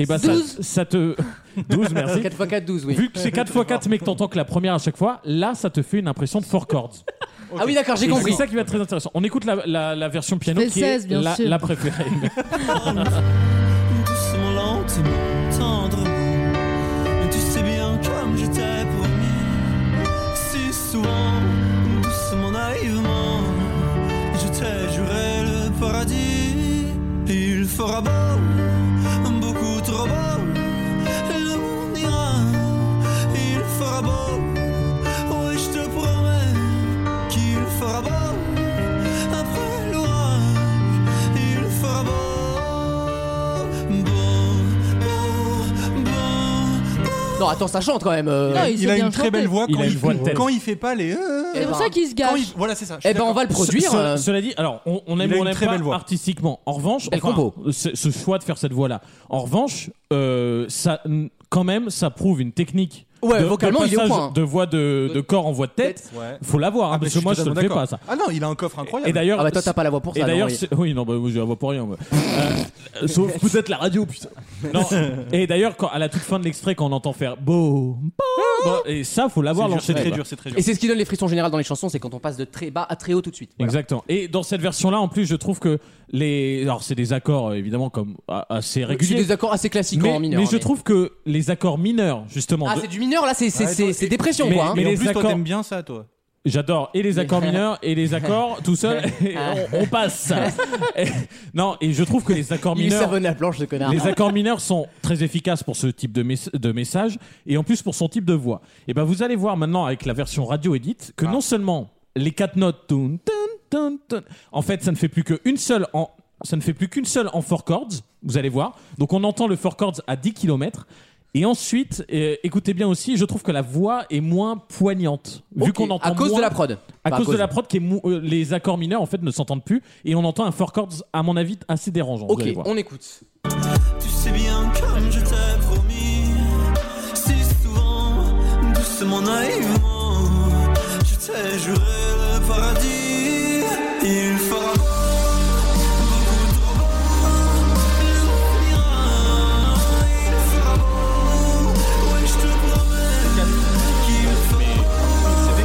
Speaker 3: et ben ça,
Speaker 4: 12.
Speaker 3: ça te 12 merci.
Speaker 2: 4 x 4, 12, oui.
Speaker 3: Vu que c'est 4 x 4 mais que t'entends que la première à chaque fois, là ça te fait une impression de four chords.
Speaker 2: Ah oui, d'accord, j'ai
Speaker 3: Et
Speaker 2: compris.
Speaker 3: C'est ça qui va être très intéressant. On écoute la, la- la version piano
Speaker 4: fais le
Speaker 3: qui
Speaker 4: 16,
Speaker 3: est
Speaker 4: bien
Speaker 3: la-
Speaker 4: sûr.
Speaker 3: la préférée.
Speaker 8: Doucement, lentement, tendrement. Tu sais bien comme je t'ai promis. Si souvent, doucement, naïvement, je t'ai juré le paradis. Il fera beau, beaucoup trop beau. L'on ira, il fera beau. Oui, je te promets qu'il fera beau. Après l'orage, il fera beau. Beau, beau, beau.
Speaker 2: Non, attends, ça chante quand même. euh.
Speaker 4: Non, il
Speaker 7: il
Speaker 4: sait
Speaker 7: a
Speaker 4: bien
Speaker 7: une très
Speaker 4: chanter.
Speaker 7: belle voix
Speaker 3: Il
Speaker 7: quand
Speaker 3: a
Speaker 7: il,
Speaker 3: une voix de tête.
Speaker 7: quand il fait pas les. euh,
Speaker 4: C'est pour
Speaker 2: Eh
Speaker 4: ça
Speaker 2: ben,
Speaker 4: qu'il se
Speaker 7: quand
Speaker 4: gâche.
Speaker 7: il- Voilà, c'est ça. je suis
Speaker 2: Eh ben, on va le produire.
Speaker 3: Ce- ce-
Speaker 2: euh.
Speaker 3: cela dit, alors on, on aime
Speaker 7: Il a
Speaker 3: ou on
Speaker 7: une
Speaker 3: n'aime
Speaker 7: très
Speaker 3: pas
Speaker 7: belle voix.
Speaker 3: artistiquement. En revanche,
Speaker 2: Belle
Speaker 3: enfin, euh,
Speaker 2: compo.
Speaker 3: ce, ce choix de faire cette voix-là. En revanche, euh, ça, quand même, ça prouve une technique.
Speaker 2: Ouais,
Speaker 3: de,
Speaker 2: vocalement,
Speaker 3: de
Speaker 2: il est au
Speaker 3: passage
Speaker 2: point, hein.
Speaker 3: De voix de, de corps en voix de tête.
Speaker 7: d'accord. Ouais.
Speaker 3: Faut l'avoir, hein,
Speaker 7: Ah, mais
Speaker 3: parce
Speaker 7: je
Speaker 3: que
Speaker 7: suis
Speaker 3: moi je te le
Speaker 7: totalement
Speaker 3: fais
Speaker 7: d'accord.
Speaker 3: pas ça.
Speaker 7: Ah non, il a un coffre
Speaker 3: Et
Speaker 7: incroyable.
Speaker 3: d'ailleurs,
Speaker 2: Ah bah toi t'as pas la voix pour
Speaker 3: et
Speaker 2: ça.
Speaker 3: d'ailleurs,
Speaker 2: non,
Speaker 3: c'est- oui, non, bah, moi, je la vois pour rien. moi. Euh, sauf peut-être la radio, putain. Non. Et d'ailleurs, quand, à la toute fin de l'extrait, quand on entend faire beau, et ça, faut l'avoir
Speaker 7: C'est dur, c'est
Speaker 3: l'enchaînement.
Speaker 7: très dur, c'est très dur.
Speaker 2: Et Ah c'est ce qui donne les frissons générales dans les chansons, c'est quand on passe de très bas à très haut tout de suite. Voilà.
Speaker 3: Exactement. Et dans cette version-là, en plus, je trouve que les. Alors, c'est des accords, euh, évidemment, comme a- assez
Speaker 2: C'est
Speaker 3: réguliers.
Speaker 2: des accords assez classiques
Speaker 3: mais,
Speaker 2: en mineur.
Speaker 3: mais
Speaker 2: hein,
Speaker 3: je trouve que les accords mineurs, justement.
Speaker 2: Ah,
Speaker 3: de-
Speaker 2: c'est du mineur là, c'est c'est-
Speaker 7: Ouais,
Speaker 2: c'est-
Speaker 7: toi,
Speaker 2: c'est
Speaker 7: et-
Speaker 2: dépression
Speaker 3: mais-
Speaker 2: quoi. hein.
Speaker 3: mais
Speaker 7: Et en
Speaker 3: les
Speaker 7: plus, toi,
Speaker 3: accords-
Speaker 7: t'aimes bien ça, toi.
Speaker 3: J'adore. Et les accords mineurs et les accords tout seul. et on, on passe. Et- non, et je trouve que les accords
Speaker 2: Il est
Speaker 3: mineurs.
Speaker 2: savonné à planche, ce connard.
Speaker 3: Les accords mineurs sont très efficaces pour ce type de, mes- de message et en plus pour son type de Eh
Speaker 2: Ah.
Speaker 3: voix. Et ben vous allez voir maintenant avec la version radio édite que non seulement les quatre notes toun, toun, Dun, dun. En fait, ça ne fait plus qu'une seule en ça ne fait plus qu'une seule en four chords, vous allez voir. Donc on entend le four chords à 10 km. Et ensuite, euh, écoutez bien aussi, je trouve que la voix est moins poignante. Vu
Speaker 2: Ok,
Speaker 3: qu'on entend
Speaker 2: à cause
Speaker 3: moins-
Speaker 2: de la prod.
Speaker 3: À
Speaker 2: Pas à
Speaker 3: cause,
Speaker 2: cause.
Speaker 3: de la prod, qui est mou- euh, les accords mineurs en fait ne s'entendent plus. Et on entend un four chords, à mon avis, assez dérangeant. vous
Speaker 2: Ok,
Speaker 3: allez voir.
Speaker 2: on écoute.
Speaker 8: Tu sais bien comme je t'ai promis Si souvent, doucement, naïvement Je t'ai juré le paradis Il fera beau, beaucoup trop beau L'oubliera, il fera beau Ouais, je te promets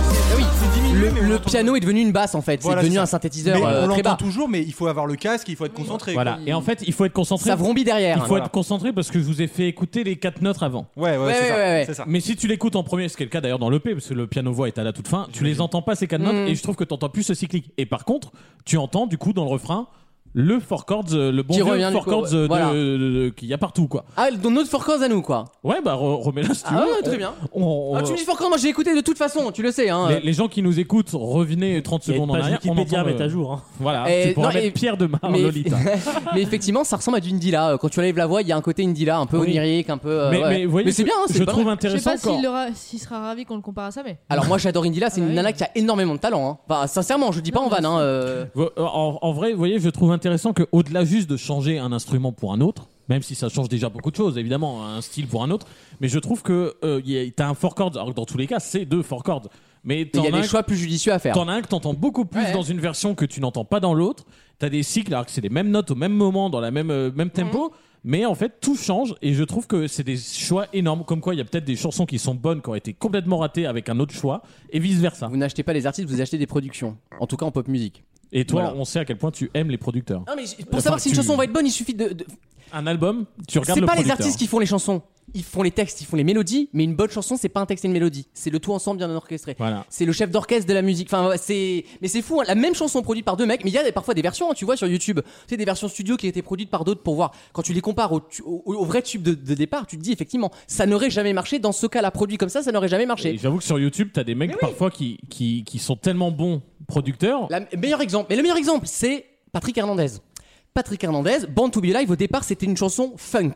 Speaker 8: qu'il fera
Speaker 2: Le, le piano est devenu une basse en fait,
Speaker 7: Voilà,
Speaker 2: c'est devenu
Speaker 7: ça.
Speaker 2: un synthétiseur
Speaker 7: Mais
Speaker 2: euh,
Speaker 7: on
Speaker 2: très
Speaker 7: l'entend
Speaker 2: bas.
Speaker 7: toujours, mais il faut avoir le casque, il faut être concentré.
Speaker 3: Voilà.
Speaker 7: quoi.
Speaker 3: Et en fait, il faut être concentré.
Speaker 2: Ça vrombit derrière.
Speaker 3: Il faut
Speaker 2: Voilà.
Speaker 3: être concentré parce que je vous ai fait écouter les quatre notes avant.
Speaker 7: Ouais, ouais,
Speaker 2: Ouais,
Speaker 7: c'est
Speaker 2: ouais,
Speaker 7: ça,
Speaker 2: ouais, ouais.
Speaker 7: c'est ça.
Speaker 3: Mais si tu l'écoutes en premier, ce qui est le cas d'ailleurs dans l'EP, parce que le piano-voix est à la toute fin, tu les entends pas ces quatre notes
Speaker 2: Mm.
Speaker 3: et je trouve que t'entends plus ce cyclique. Et par contre, tu entends du coup dans le refrain le four chords, euh, le bon
Speaker 2: Qui
Speaker 3: vieux
Speaker 2: revient du
Speaker 3: four
Speaker 2: coup,
Speaker 3: chords
Speaker 2: ouais,
Speaker 3: euh, de-
Speaker 2: voilà.
Speaker 3: de- de- qu'il y a partout quoi.
Speaker 2: Ah, donc notre forecast à nous quoi.
Speaker 3: Ouais, bah re- remets-la si tu
Speaker 2: Ah
Speaker 3: veux.
Speaker 2: ouais, très
Speaker 3: On-
Speaker 2: bien.
Speaker 3: on- on-
Speaker 2: Ah, tu me dis forecast, moi j'ai écouté de toute façon, tu le sais. Hein.
Speaker 3: les, les gens qui nous écoutent, revenez 30
Speaker 5: Il y a
Speaker 3: secondes
Speaker 5: une
Speaker 3: en
Speaker 5: page
Speaker 3: arrière.
Speaker 5: Wikipédia à
Speaker 3: entend le-
Speaker 5: mettre à jour. hein.
Speaker 3: Voilà,
Speaker 2: Et-
Speaker 3: tu pourras
Speaker 2: non,
Speaker 3: mettre
Speaker 2: et-
Speaker 3: Pierre de Mar,
Speaker 2: mais,
Speaker 3: ah, Lolita.
Speaker 2: mais effectivement, ça ressemble à du Indila. euh, Quand tu enlèves la voix, il y a un côté Indila, un peu
Speaker 3: Oui.
Speaker 2: onirique, un peu. euh,
Speaker 3: mais,
Speaker 2: ouais.
Speaker 3: mais vous voyez,
Speaker 2: c'est bien, hein, c'est
Speaker 3: je
Speaker 2: pas
Speaker 3: trouve
Speaker 2: mal.
Speaker 4: Je sais
Speaker 3: intéressant
Speaker 4: pas
Speaker 3: encore.
Speaker 4: s'il aura- s'il sera ravi qu'on le compare à ça, mais.
Speaker 2: Alors moi j'adore Indila, c'est
Speaker 4: Ah
Speaker 2: une
Speaker 4: oui.
Speaker 2: nana qui a énormément de talent. hein. Enfin, sincèrement, je le dis pas
Speaker 4: Non,
Speaker 2: en vanne.
Speaker 4: mais
Speaker 2: hein, euh,
Speaker 3: Vo- En, en vrai, vous voyez, je trouve intéressant que, au-delà juste de changer un instrument pour un autre, même si ça change déjà beaucoup de choses, évidemment, un style pour un autre, mais je trouve que euh, y a- t'as un four chords. Alors que dans tous les cas, c'est deux four chords. Mais
Speaker 2: Il
Speaker 3: t'en
Speaker 2: y a
Speaker 3: as un
Speaker 2: des choix plus judicieux à faire.
Speaker 3: T'en as un que t'entends beaucoup plus
Speaker 2: Ouais.
Speaker 3: dans une version que tu n'entends pas dans l'autre. T'as des cycles alors que c'est les mêmes notes au même moment, dans la même, euh, même tempo.
Speaker 2: Mhm.
Speaker 3: Mais en fait, tout change et je trouve que c'est des choix énormes. Comme quoi, il y a peut-être des chansons qui sont bonnes, qui ont été complètement ratées avec un autre choix et vice versa.
Speaker 2: Vous n'achetez pas les artistes, vous achetez des productions. En tout cas en pop musique.
Speaker 3: Et toi,
Speaker 2: Voilà.
Speaker 3: on sait à quel point tu aimes les producteurs.
Speaker 2: Non, mais j- pour
Speaker 3: Enfin,
Speaker 2: savoir si une
Speaker 3: tu-
Speaker 2: chanson va être bonne, il suffit de. de-
Speaker 3: Un album, tu regardes
Speaker 2: C'est
Speaker 3: le
Speaker 2: pas les
Speaker 3: producteur.
Speaker 2: artistes qui font les chansons. Ils font les textes, ils font les mélodies, mais une bonne chanson, c'est pas un texte et une mélodie. C'est le tout ensemble bien orchestré.
Speaker 3: Voilà.
Speaker 2: C'est le chef d'orchestre de la musique. Enfin, ouais, c'est. Mais c'est fou, hein, la même chanson produite par deux mecs, mais il y a des- parfois des versions, hein, tu vois, sur YouTube. Tu sais, des versions studio qui étaient produites par d'autres pour voir. Quand tu les compares au, tu- au- au vrai tube de, de départ, tu te dis effectivement, ça n'aurait jamais marché. Dans ce cas-là, produit comme ça, ça n'aurait jamais
Speaker 3: Et
Speaker 2: marché.
Speaker 3: j'avoue que sur YouTube, t'as des mecs parfois qui, qui, qui sont tellement bons producteurs.
Speaker 2: La- meilleur exemple, mais le meilleur exemple, c'est Patrick Hernandez. Patrick Hernandez, Born to Be Alive, au départ, c'était une chanson funk.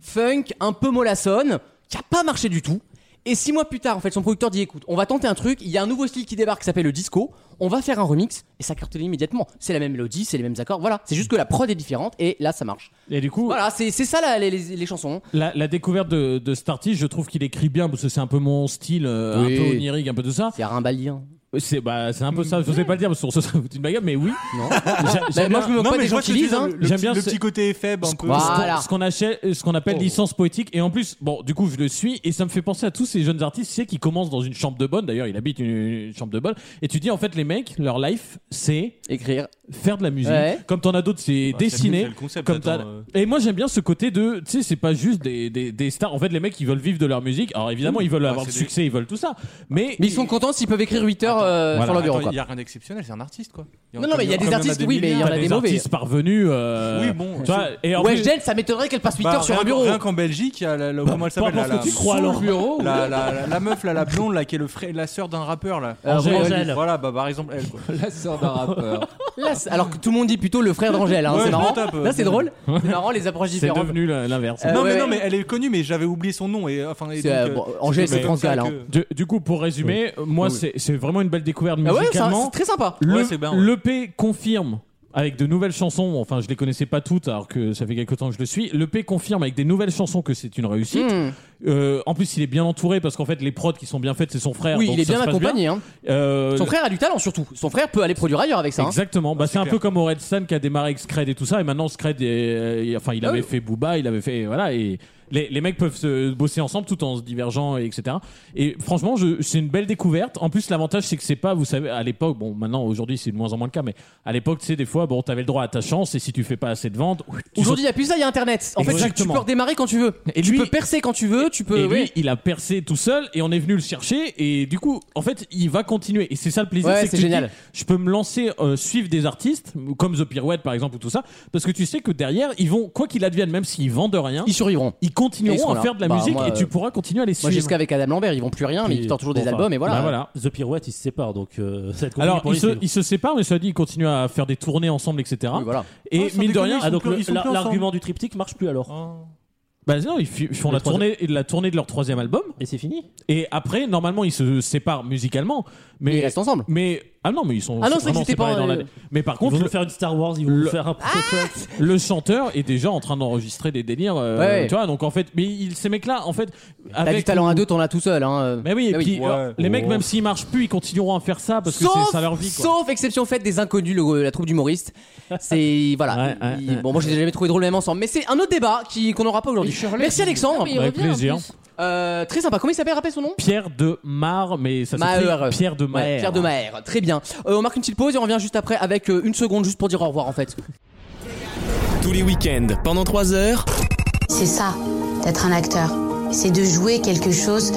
Speaker 2: Funk, un peu mollassonne, qui a pas marché du tout. Et six mois plus tard, en fait, son producteur dit écoute, on va tenter un truc, il y a un nouveau style qui débarque qui s'appelle le disco, on va faire un remix, et ça cartonne immédiatement. C'est la même mélodie, c'est les mêmes accords, voilà. C'est juste que la prod est différente, et là, ça marche.
Speaker 3: Et du coup,
Speaker 2: Voilà, c'est c'est ça la- les, les- les chansons.
Speaker 3: La, la découverte de, de cet artiste, je trouve qu'il écrit bien parce que c'est un peu mon style, euh,
Speaker 2: Oui.
Speaker 3: un peu onirique, un peu tout ça.
Speaker 2: C'est
Speaker 7: hein.
Speaker 2: Rimbalien.
Speaker 3: C'est bah, c'est un peu ça, je sais pas le dire parce qu'on se fout une bagarre, mais oui.
Speaker 2: Non.
Speaker 3: J'a-
Speaker 2: Bah,
Speaker 3: J'aime
Speaker 2: moi,
Speaker 3: bien
Speaker 2: je me moque
Speaker 7: Non,
Speaker 2: pas
Speaker 7: mais
Speaker 2: des
Speaker 7: je vois
Speaker 2: gens
Speaker 7: ce
Speaker 2: qui
Speaker 7: que
Speaker 2: lisent,
Speaker 7: tu veux dire,
Speaker 2: hein.
Speaker 7: le- le
Speaker 3: J'aime
Speaker 7: petit-
Speaker 3: bien
Speaker 7: le
Speaker 3: ce-
Speaker 7: petit côté faible un peu.
Speaker 3: ce qu'on-
Speaker 2: Voilà. Oh.
Speaker 3: ce qu'on achète- ce qu'on appelle licence poétique. Et en plus, bon, du coup, je le suis et ça me fait penser à tous ces jeunes artistes, tu sais, qui commencent dans une chambre de bonne. D'ailleurs, il habite une, une chambre de bonne. Et tu dis, en fait, les mecs, leur life, c'est
Speaker 2: Écrire.
Speaker 3: faire de la musique.
Speaker 2: Ouais.
Speaker 3: Comme t'en as d'autres, c'est
Speaker 7: Bah, c'est
Speaker 3: dessiner.
Speaker 7: le- c'est le concept,
Speaker 3: comme
Speaker 7: attends,
Speaker 3: t'as-
Speaker 7: euh.
Speaker 3: Et moi, j'aime bien ce côté de, tu sais, c'est pas juste des, des, des stars. En fait, les mecs, ils veulent vivre de leur musique. Alors évidemment, ils veulent avoir
Speaker 7: Ah, c'est
Speaker 3: du
Speaker 7: des-
Speaker 3: succès, ils veulent tout ça. Mais,
Speaker 2: Mais ils sont contents s'ils peuvent écrire 8 heures euh,
Speaker 3: Voilà,
Speaker 2: sur leur bureau,
Speaker 7: Attends,
Speaker 2: quoi.
Speaker 7: Il y a rien d'exceptionnel, c'est un artiste quoi.
Speaker 2: Non, non, mais il y a des artistes, oui, mais il y en a
Speaker 3: t'as
Speaker 2: des
Speaker 3: des
Speaker 2: mauvais.
Speaker 3: artistes parvenus. euh,
Speaker 7: Oui, bon,
Speaker 3: tu vois, et en plus-
Speaker 2: Weshden, ça m'étonnerait qu'elle passe 8 heures sur un bureau.
Speaker 7: Bah, Rien qu'en Belgique, il y a la, la- comment elle s'appelle
Speaker 3: pas
Speaker 7: la,
Speaker 3: parce que tu crois,
Speaker 7: la-
Speaker 3: alors.
Speaker 7: Sous le bureau, la, la, la- la meuf là, la blonde là, qui est le frère, la sœur d'un rappeur là.
Speaker 2: Euh,
Speaker 5: Angèle.
Speaker 2: Angèle.
Speaker 5: Angèle.
Speaker 7: Voilà, bah par exemple elle quoi.
Speaker 6: La sœur d'un rappeur.
Speaker 2: Là, c'est- alors que tout le monde dit plutôt le frère d'Angèle, hein,
Speaker 7: Ouais,
Speaker 2: c'est
Speaker 7: je
Speaker 2: marrant.
Speaker 7: me tape, euh,
Speaker 2: Là, c'est drôle. C'est marrant les approches
Speaker 3: c'est
Speaker 2: différentes.
Speaker 3: devenu la- l'inverse.
Speaker 2: Euh,
Speaker 7: non
Speaker 2: ouais,
Speaker 7: mais non
Speaker 2: ouais.
Speaker 7: mais elle est connue, mais j'avais oublié son nom et enfin. et
Speaker 2: C'est,
Speaker 7: donc,
Speaker 2: euh,
Speaker 7: euh,
Speaker 2: bon, Angèle,
Speaker 7: comme
Speaker 2: c'est France
Speaker 7: ça
Speaker 2: Gall,
Speaker 7: que-
Speaker 2: hein.
Speaker 3: Du, du coup, pour résumer, moi,
Speaker 2: Oui.
Speaker 3: c'est- c'est vraiment une belle découverte
Speaker 2: Ah ouais, c'est un-
Speaker 3: musicalement.
Speaker 2: c'est très sympa.
Speaker 7: Ouais,
Speaker 3: Le-
Speaker 7: c'est bien, ouais.
Speaker 3: L'EP confirme avec de nouvelles chansons, enfin je les connaissais pas toutes alors que ça fait quelques temps que je le suis, l'EP confirme avec des nouvelles chansons que c'est une réussite.
Speaker 2: Hmm.
Speaker 3: Euh, en plus il est bien entouré parce qu'en fait les prods qui sont bien faites c'est son frère.
Speaker 2: Oui,
Speaker 3: donc
Speaker 2: il est
Speaker 3: ça
Speaker 2: bien
Speaker 3: se passe
Speaker 2: accompagné. hein.
Speaker 3: Euh,
Speaker 2: Son frère a du talent surtout. Son frère peut aller produire ailleurs avec ça. hein.
Speaker 3: Exactement, bah, c'est un
Speaker 7: clair.
Speaker 3: peu comme Ored Stan qui a démarré avec Scred et tout ça, et maintenant Scred, est- euh, il- enfin, il avait
Speaker 2: Ah oui.
Speaker 3: fait Booba, il avait fait. Voilà, et les, les mecs peuvent se bosser ensemble tout en se divergeant, et etc. Et franchement, je- c'est une belle découverte. En plus, l'avantage, c'est que c'est pas, vous savez, à l'époque, bon, maintenant, aujourd'hui, c'est de moins en moins le cas, mais à l'époque, tu sais, des fois, bon, t'avais le droit à ta chance, et si tu fais pas assez de ventes, tu
Speaker 2: Aujourd'hui, il n'y a plus ça, il y a Internet. En fait, tu- tu
Speaker 3: Exactement.
Speaker 2: peux redémarrer quand tu veux.
Speaker 3: Et
Speaker 2: tu
Speaker 3: lui-
Speaker 2: peux percer quand tu veux. Tu peux.
Speaker 3: et lui,
Speaker 2: ouais.
Speaker 3: il a percé tout seul et on est venu le chercher. Et du coup, en fait, il va continuer. Et c'est ça le plaisir.
Speaker 2: Ouais,
Speaker 3: que
Speaker 2: c'est
Speaker 3: tu te
Speaker 2: génial.
Speaker 3: dis, je peux me lancer, euh, suivre des artistes comme The Pirouette par exemple ou tout ça, parce que tu sais que derrière, ils vont, quoi qu'il advienne, même s'ils vendent rien,
Speaker 2: Ils survivront.
Speaker 3: ils
Speaker 2: Et ils
Speaker 3: continueront
Speaker 2: seront
Speaker 3: à
Speaker 2: là.
Speaker 3: faire de la
Speaker 2: Bah,
Speaker 3: musique
Speaker 2: moi,
Speaker 3: et tu
Speaker 2: euh,
Speaker 3: pourras continuer à les
Speaker 2: Moi,
Speaker 3: suivre.
Speaker 2: jusqu'avec Adam Lambert, ils vont plus rien, mais ils sortent toujours des
Speaker 3: Enfin,
Speaker 2: albums, et voilà.
Speaker 3: bah voilà.
Speaker 5: The Pirouette, ils se séparent, donc euh, ça va être compliqué
Speaker 3: Alors,
Speaker 5: pour
Speaker 3: ils
Speaker 5: les
Speaker 3: se,
Speaker 5: suivre.
Speaker 3: ils se séparent, mais ça dit, ils continuent à faire des tournées ensemble, etc.
Speaker 5: Ah,
Speaker 3: Et
Speaker 5: sans
Speaker 3: mine de
Speaker 5: déconner,
Speaker 3: rien,
Speaker 5: ils sont
Speaker 3: ah, donc
Speaker 5: plus-
Speaker 3: le-
Speaker 5: ils sont
Speaker 3: la-
Speaker 5: plus ensemble.
Speaker 3: l'argument
Speaker 5: du triptyque marche plus
Speaker 2: Ah.
Speaker 5: alors.
Speaker 3: Bah non, ils, fi- ils font
Speaker 5: Le
Speaker 3: la
Speaker 5: troisième-
Speaker 3: tournée, la tournée de leur troisième album.
Speaker 5: Et c'est fini.
Speaker 3: Et après, normalement, ils se séparent musicalement. Mais,
Speaker 2: ils restent ensemble.
Speaker 3: Mais ah non, mais ils sont
Speaker 2: Ah non, c'est vrai
Speaker 3: vraiment
Speaker 2: que c'était
Speaker 3: séparés
Speaker 2: pas,
Speaker 3: dans
Speaker 2: euh, Ah
Speaker 3: l'année. Mais par
Speaker 5: Ils
Speaker 3: contre,
Speaker 5: vont
Speaker 3: le-
Speaker 5: nous faire une Star Wars, ils vont
Speaker 3: le-
Speaker 5: nous faire un prototype.
Speaker 3: le chanteur est déjà en train d'enregistrer des délires. euh,
Speaker 2: Ouais.
Speaker 3: Tu vois, donc en fait, mais il, ces mecs-là, en fait,
Speaker 2: T'as du
Speaker 3: avec
Speaker 2: talent à deux, t'en as tout seul. Hein. euh.
Speaker 3: mais oui, et
Speaker 2: Ah
Speaker 3: puis,
Speaker 2: Ouais.
Speaker 3: euh, les
Speaker 5: Oh.
Speaker 3: mecs, même s'ils marchent plus, ils continueront à faire ça parce que
Speaker 2: sauf,
Speaker 3: c'est ça leur vie. Quoi.
Speaker 2: sauf exception faite des inconnus, le- la troupe d'humoristes. C'est voilà.
Speaker 3: Ouais, ouais,
Speaker 2: Ils-
Speaker 3: ouais.
Speaker 2: Bon, moi j'ai jamais trouvé drôle même ensemble, mais c'est un autre débat qui qu'on n'aura pas aujourd'hui. Merci Alexandre.
Speaker 4: mais il
Speaker 3: Avec
Speaker 4: revient, en
Speaker 3: plaisir.
Speaker 4: plus.
Speaker 7: hein.
Speaker 2: Euh, très sympa. Comment il s'appelle Rappelle son nom.
Speaker 3: Pierre de Mar, mais ça s'appelle
Speaker 2: Maher.
Speaker 3: Pierre de Mar.
Speaker 2: Ouais, Pierre de Maher. Très bien. Euh, on marque une petite pause et on revient juste après avec euh, une seconde juste pour dire au revoir en fait.
Speaker 1: Tous les week-ends, pendant 3 heures,
Speaker 11: C'est ça, d'être un acteur. C'est de jouer quelque chose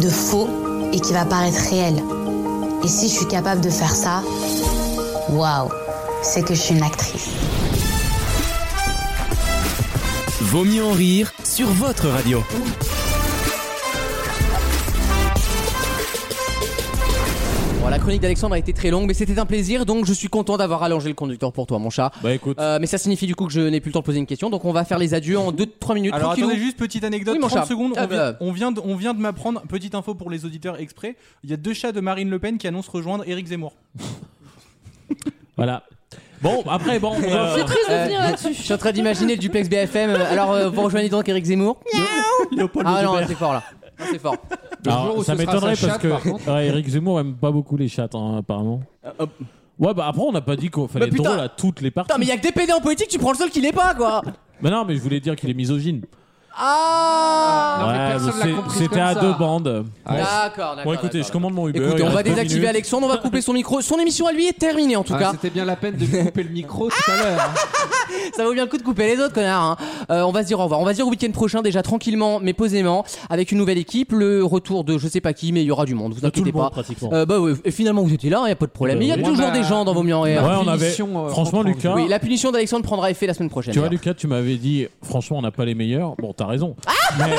Speaker 11: de faux et qui va paraître réel. Et si je suis capable de faire ça, waouh, c'est que je suis une actrice.
Speaker 1: Vaut mieux en rire sur votre radio.
Speaker 2: Bon, la chronique d'Alexandre a été très longue, mais c'était un plaisir, donc je suis content d'avoir allongé le conducteur pour toi, mon chat.
Speaker 3: Bah écoute,
Speaker 2: Euh, mais ça signifie du coup que je n'ai plus le temps de poser une question, donc on va faire les adieux en 2-3 minutes.
Speaker 7: Alors
Speaker 2: tranquillou.
Speaker 7: attendez juste petite anecdote,
Speaker 2: Oui, mon
Speaker 7: 30
Speaker 2: chat.
Speaker 7: secondes.
Speaker 2: Ah,
Speaker 7: on, vient,
Speaker 2: bah.
Speaker 7: on vient de, on vient de m'apprendre petite info pour les auditeurs exprès. Il y a deux chats de Marine Le Pen qui annoncent rejoindre Éric Zemmour.
Speaker 3: Voilà. Bon, après, bon. euh,
Speaker 4: J'ai cru
Speaker 2: Euh,
Speaker 4: revenir
Speaker 2: Je
Speaker 4: là-dessus.
Speaker 2: suis en train d'imaginer le duplex BFM. euh, Alors, euh, vous rejoignez donc Eric Zemmour. Ah non,
Speaker 3: Aubert.
Speaker 2: c'est fort là. Non, C'est fort.
Speaker 3: alors,
Speaker 6: jour où
Speaker 3: ça
Speaker 6: ce sera
Speaker 3: m'étonnerait
Speaker 6: sa
Speaker 3: parce
Speaker 6: chatte, par
Speaker 3: que
Speaker 6: contre.
Speaker 3: ouais, Eric Zemmour aime pas beaucoup les chattes, hein, apparemment. Ouais, bah après, on n'a pas dit qu'il
Speaker 2: Bah,
Speaker 3: fallait être
Speaker 2: Euh, putain.
Speaker 3: drôle à toutes les parties.
Speaker 2: Putain, mais il y a que des PD en politique, tu prends le seul qui l'est pas quoi.
Speaker 3: Bah non, mais je voulais dire qu'il est misogyne.
Speaker 2: Ah
Speaker 6: mais
Speaker 3: Ouais,
Speaker 6: personne l'a
Speaker 3: c'est-
Speaker 6: comprise
Speaker 3: c'était
Speaker 6: comme
Speaker 3: à
Speaker 6: ça.
Speaker 3: deux bandes.
Speaker 6: Ouais.
Speaker 2: D'accord, d'accord.
Speaker 3: Bon, écoutez,
Speaker 2: d'accord.
Speaker 3: je commande mon Uber.
Speaker 2: Écoutez,
Speaker 3: il
Speaker 2: on va
Speaker 3: reste deux
Speaker 2: désactiver
Speaker 3: minutes.
Speaker 2: Alexandre, on va couper son micro. Son émission à lui est terminée en tout
Speaker 6: Ah,
Speaker 2: cas.
Speaker 6: C'était bien la peine de me couper le micro tout à l'heure. hein.
Speaker 2: Ça vaut bien le coup de couper les autres connards. hein. Euh, on va se dire au revoir. On va se dire au week-end prochain déjà tranquillement mais posément avec une nouvelle équipe. Le retour de je sais pas qui mais il y aura du monde. Vous
Speaker 5: De tout
Speaker 2: inquiétez
Speaker 5: le
Speaker 2: pas.
Speaker 5: monde, pratiquement.
Speaker 2: Euh, bah ouais, et finalement vous étiez là, il y a pas de problème.
Speaker 3: Bah
Speaker 2: Mais Il y a
Speaker 3: oui.
Speaker 2: toujours
Speaker 6: Moi,
Speaker 2: des
Speaker 6: bah,
Speaker 2: gens dans vos miens. en
Speaker 3: Ouais,
Speaker 2: Air.
Speaker 3: on avait.
Speaker 6: Punition, euh,
Speaker 3: Franchement,
Speaker 6: reprendre.
Speaker 3: Lucas.
Speaker 4: Oh.
Speaker 2: Oui, la punition d'Alexandre prendra effet la semaine prochaine.
Speaker 3: Tu vois,
Speaker 2: d'ailleurs.
Speaker 3: Lucas, tu m'avais dit, franchement, on n'a pas les meilleurs. Bon, t'as raison. mais,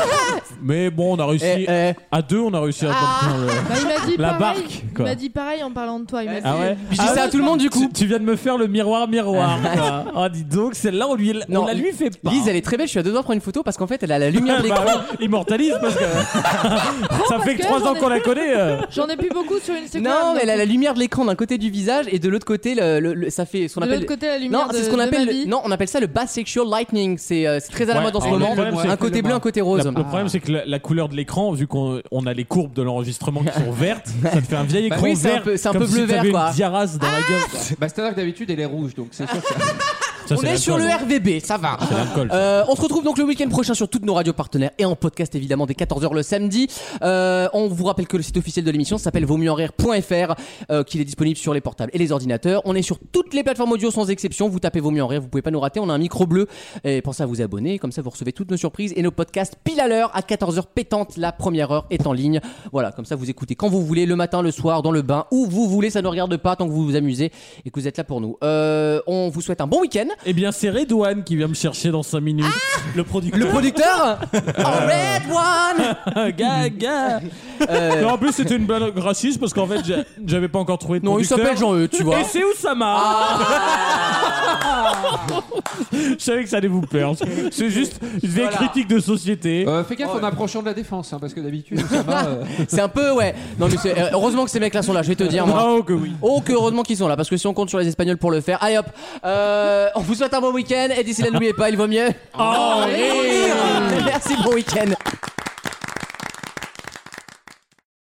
Speaker 3: mais bon, on a réussi.
Speaker 2: Ah Eh, Ah. eh.
Speaker 3: À deux, on a réussi à. atteindre le-
Speaker 4: Bah, il m'a dit
Speaker 3: La
Speaker 4: pareil.
Speaker 3: barque,
Speaker 4: il
Speaker 3: quoi.
Speaker 4: m'a dit pareil en parlant de toi. Il m'a dit,
Speaker 3: Ah ouais
Speaker 2: Puis je dis
Speaker 3: Ah
Speaker 2: ça
Speaker 3: ouais.
Speaker 2: à tout le monde du coup.
Speaker 3: Tu, tu viens de me faire le miroir, miroir. quoi. Ah, dis donc, celle-là, on, lui,
Speaker 2: Non,
Speaker 3: on la lui fait pas.
Speaker 2: Lise, elle est très belle, je suis à deux doigts de prendre une photo parce qu'en fait, elle a la lumière de
Speaker 3: Bah
Speaker 2: l'écran.
Speaker 3: ouais, immortalise parce que ça fait
Speaker 4: parce
Speaker 3: que
Speaker 4: que
Speaker 3: 3
Speaker 4: j'en
Speaker 3: ans
Speaker 4: ai-
Speaker 3: qu'on la connaît. euh.
Speaker 4: J'en ai plus beaucoup sur une seconde.
Speaker 2: Non, mais elle a la lumière de l'écran d'un côté du visage et de l'autre côté, le, le- le- ça fait ce qu'on
Speaker 4: De
Speaker 2: appelle.
Speaker 4: l'autre côté, la lumière
Speaker 2: Non,
Speaker 4: de,
Speaker 2: c'est ce qu'on
Speaker 4: de
Speaker 2: appelle.
Speaker 4: ma
Speaker 2: le-
Speaker 4: vie.
Speaker 2: Non, on appelle ça le bisexual lightning. C'est euh, c'est très à la
Speaker 3: Ouais,
Speaker 2: mode en ce
Speaker 3: alors, le
Speaker 2: moment.
Speaker 3: problème, c'est
Speaker 2: Un
Speaker 6: que
Speaker 2: côté
Speaker 6: le
Speaker 2: bleu,
Speaker 6: blanc.
Speaker 2: un côté
Speaker 3: La-
Speaker 2: rose.
Speaker 3: le problème, c'est que la, la couleur de l'écran, vu qu'on on a les courbes de l'enregistrement qui sont vertes, ça te fait un vieil écran
Speaker 2: Bah oui, c'est un
Speaker 3: vert.
Speaker 2: peu- c'est un
Speaker 3: comme
Speaker 2: peu
Speaker 3: si
Speaker 2: bleu-vert,
Speaker 3: t'avais
Speaker 2: quoi. Ah
Speaker 3: Une diarase dans la gueule. quoi.
Speaker 6: Bah, C'est-à-dire que d'habitude, elle est rouge, donc c'est sûr que ça.
Speaker 3: Ça,
Speaker 2: on
Speaker 3: c'est
Speaker 2: est sur le
Speaker 3: l'alcool.
Speaker 2: RVB, ça va.
Speaker 3: C'est l'alcool. ça.
Speaker 2: Euh, on se retrouve donc le week-end prochain sur toutes nos radios partenaires et en podcast évidemment dès 14h le samedi. Euh, on vous rappelle que le site officiel de l'émission s'appelle vaumieuxenrire.fr euh, qu'il est disponible sur les portables et les ordinateurs. On est sur toutes les plateformes audio sans exception. Vous tapez Vaut mieux en rire, vous pouvez pas nous rater. On a un micro bleu et pensez à vous abonner comme ça vous recevez toutes nos surprises et nos podcasts pile à l'heure à 14h pétante. La première heure est en ligne. Voilà, comme ça vous écoutez quand vous voulez le matin, le soir, dans le bain, où vous voulez, ça ne regarde pas tant que vous vous amusez et que vous êtes là pour nous. Euh, on vous souhaite un bon week-end.
Speaker 3: Eh bien, c'est Redouane qui vient me chercher dans 5 minutes.
Speaker 5: Le producteur.
Speaker 2: Ah Le producteur En red one
Speaker 3: Gaga
Speaker 2: euh,
Speaker 3: Non, En plus, c'était une blague raciste parce qu'en fait, j'a- j'avais pas encore trouvé de
Speaker 2: Non, il
Speaker 3: producteur.
Speaker 2: s'appelle Jean-Eudes, tu vois. Ah.
Speaker 3: Et c'est Oussama Je savais que ça allait vous plaire. C'est juste des critiques de société.
Speaker 6: Euh, fais gaffe en approchant de la défense, hein, parce que d'habitude, ça va. euh,
Speaker 2: C'est un peu, ouais. Non, mais c'est- euh, heureusement que ces mecs-là sont là, je vais te dire, moi.
Speaker 3: Oh, que oui.
Speaker 2: Oh, que heureusement qu'ils sont là, parce que si on compte sur les Espagnols pour le faire. Allez hop, Euh, on Oh, vous souhaite un bon week-end, et d'ici là, n'oubliez pas, il vaut mieux.
Speaker 3: Oh,
Speaker 2: Merci, bon week-end.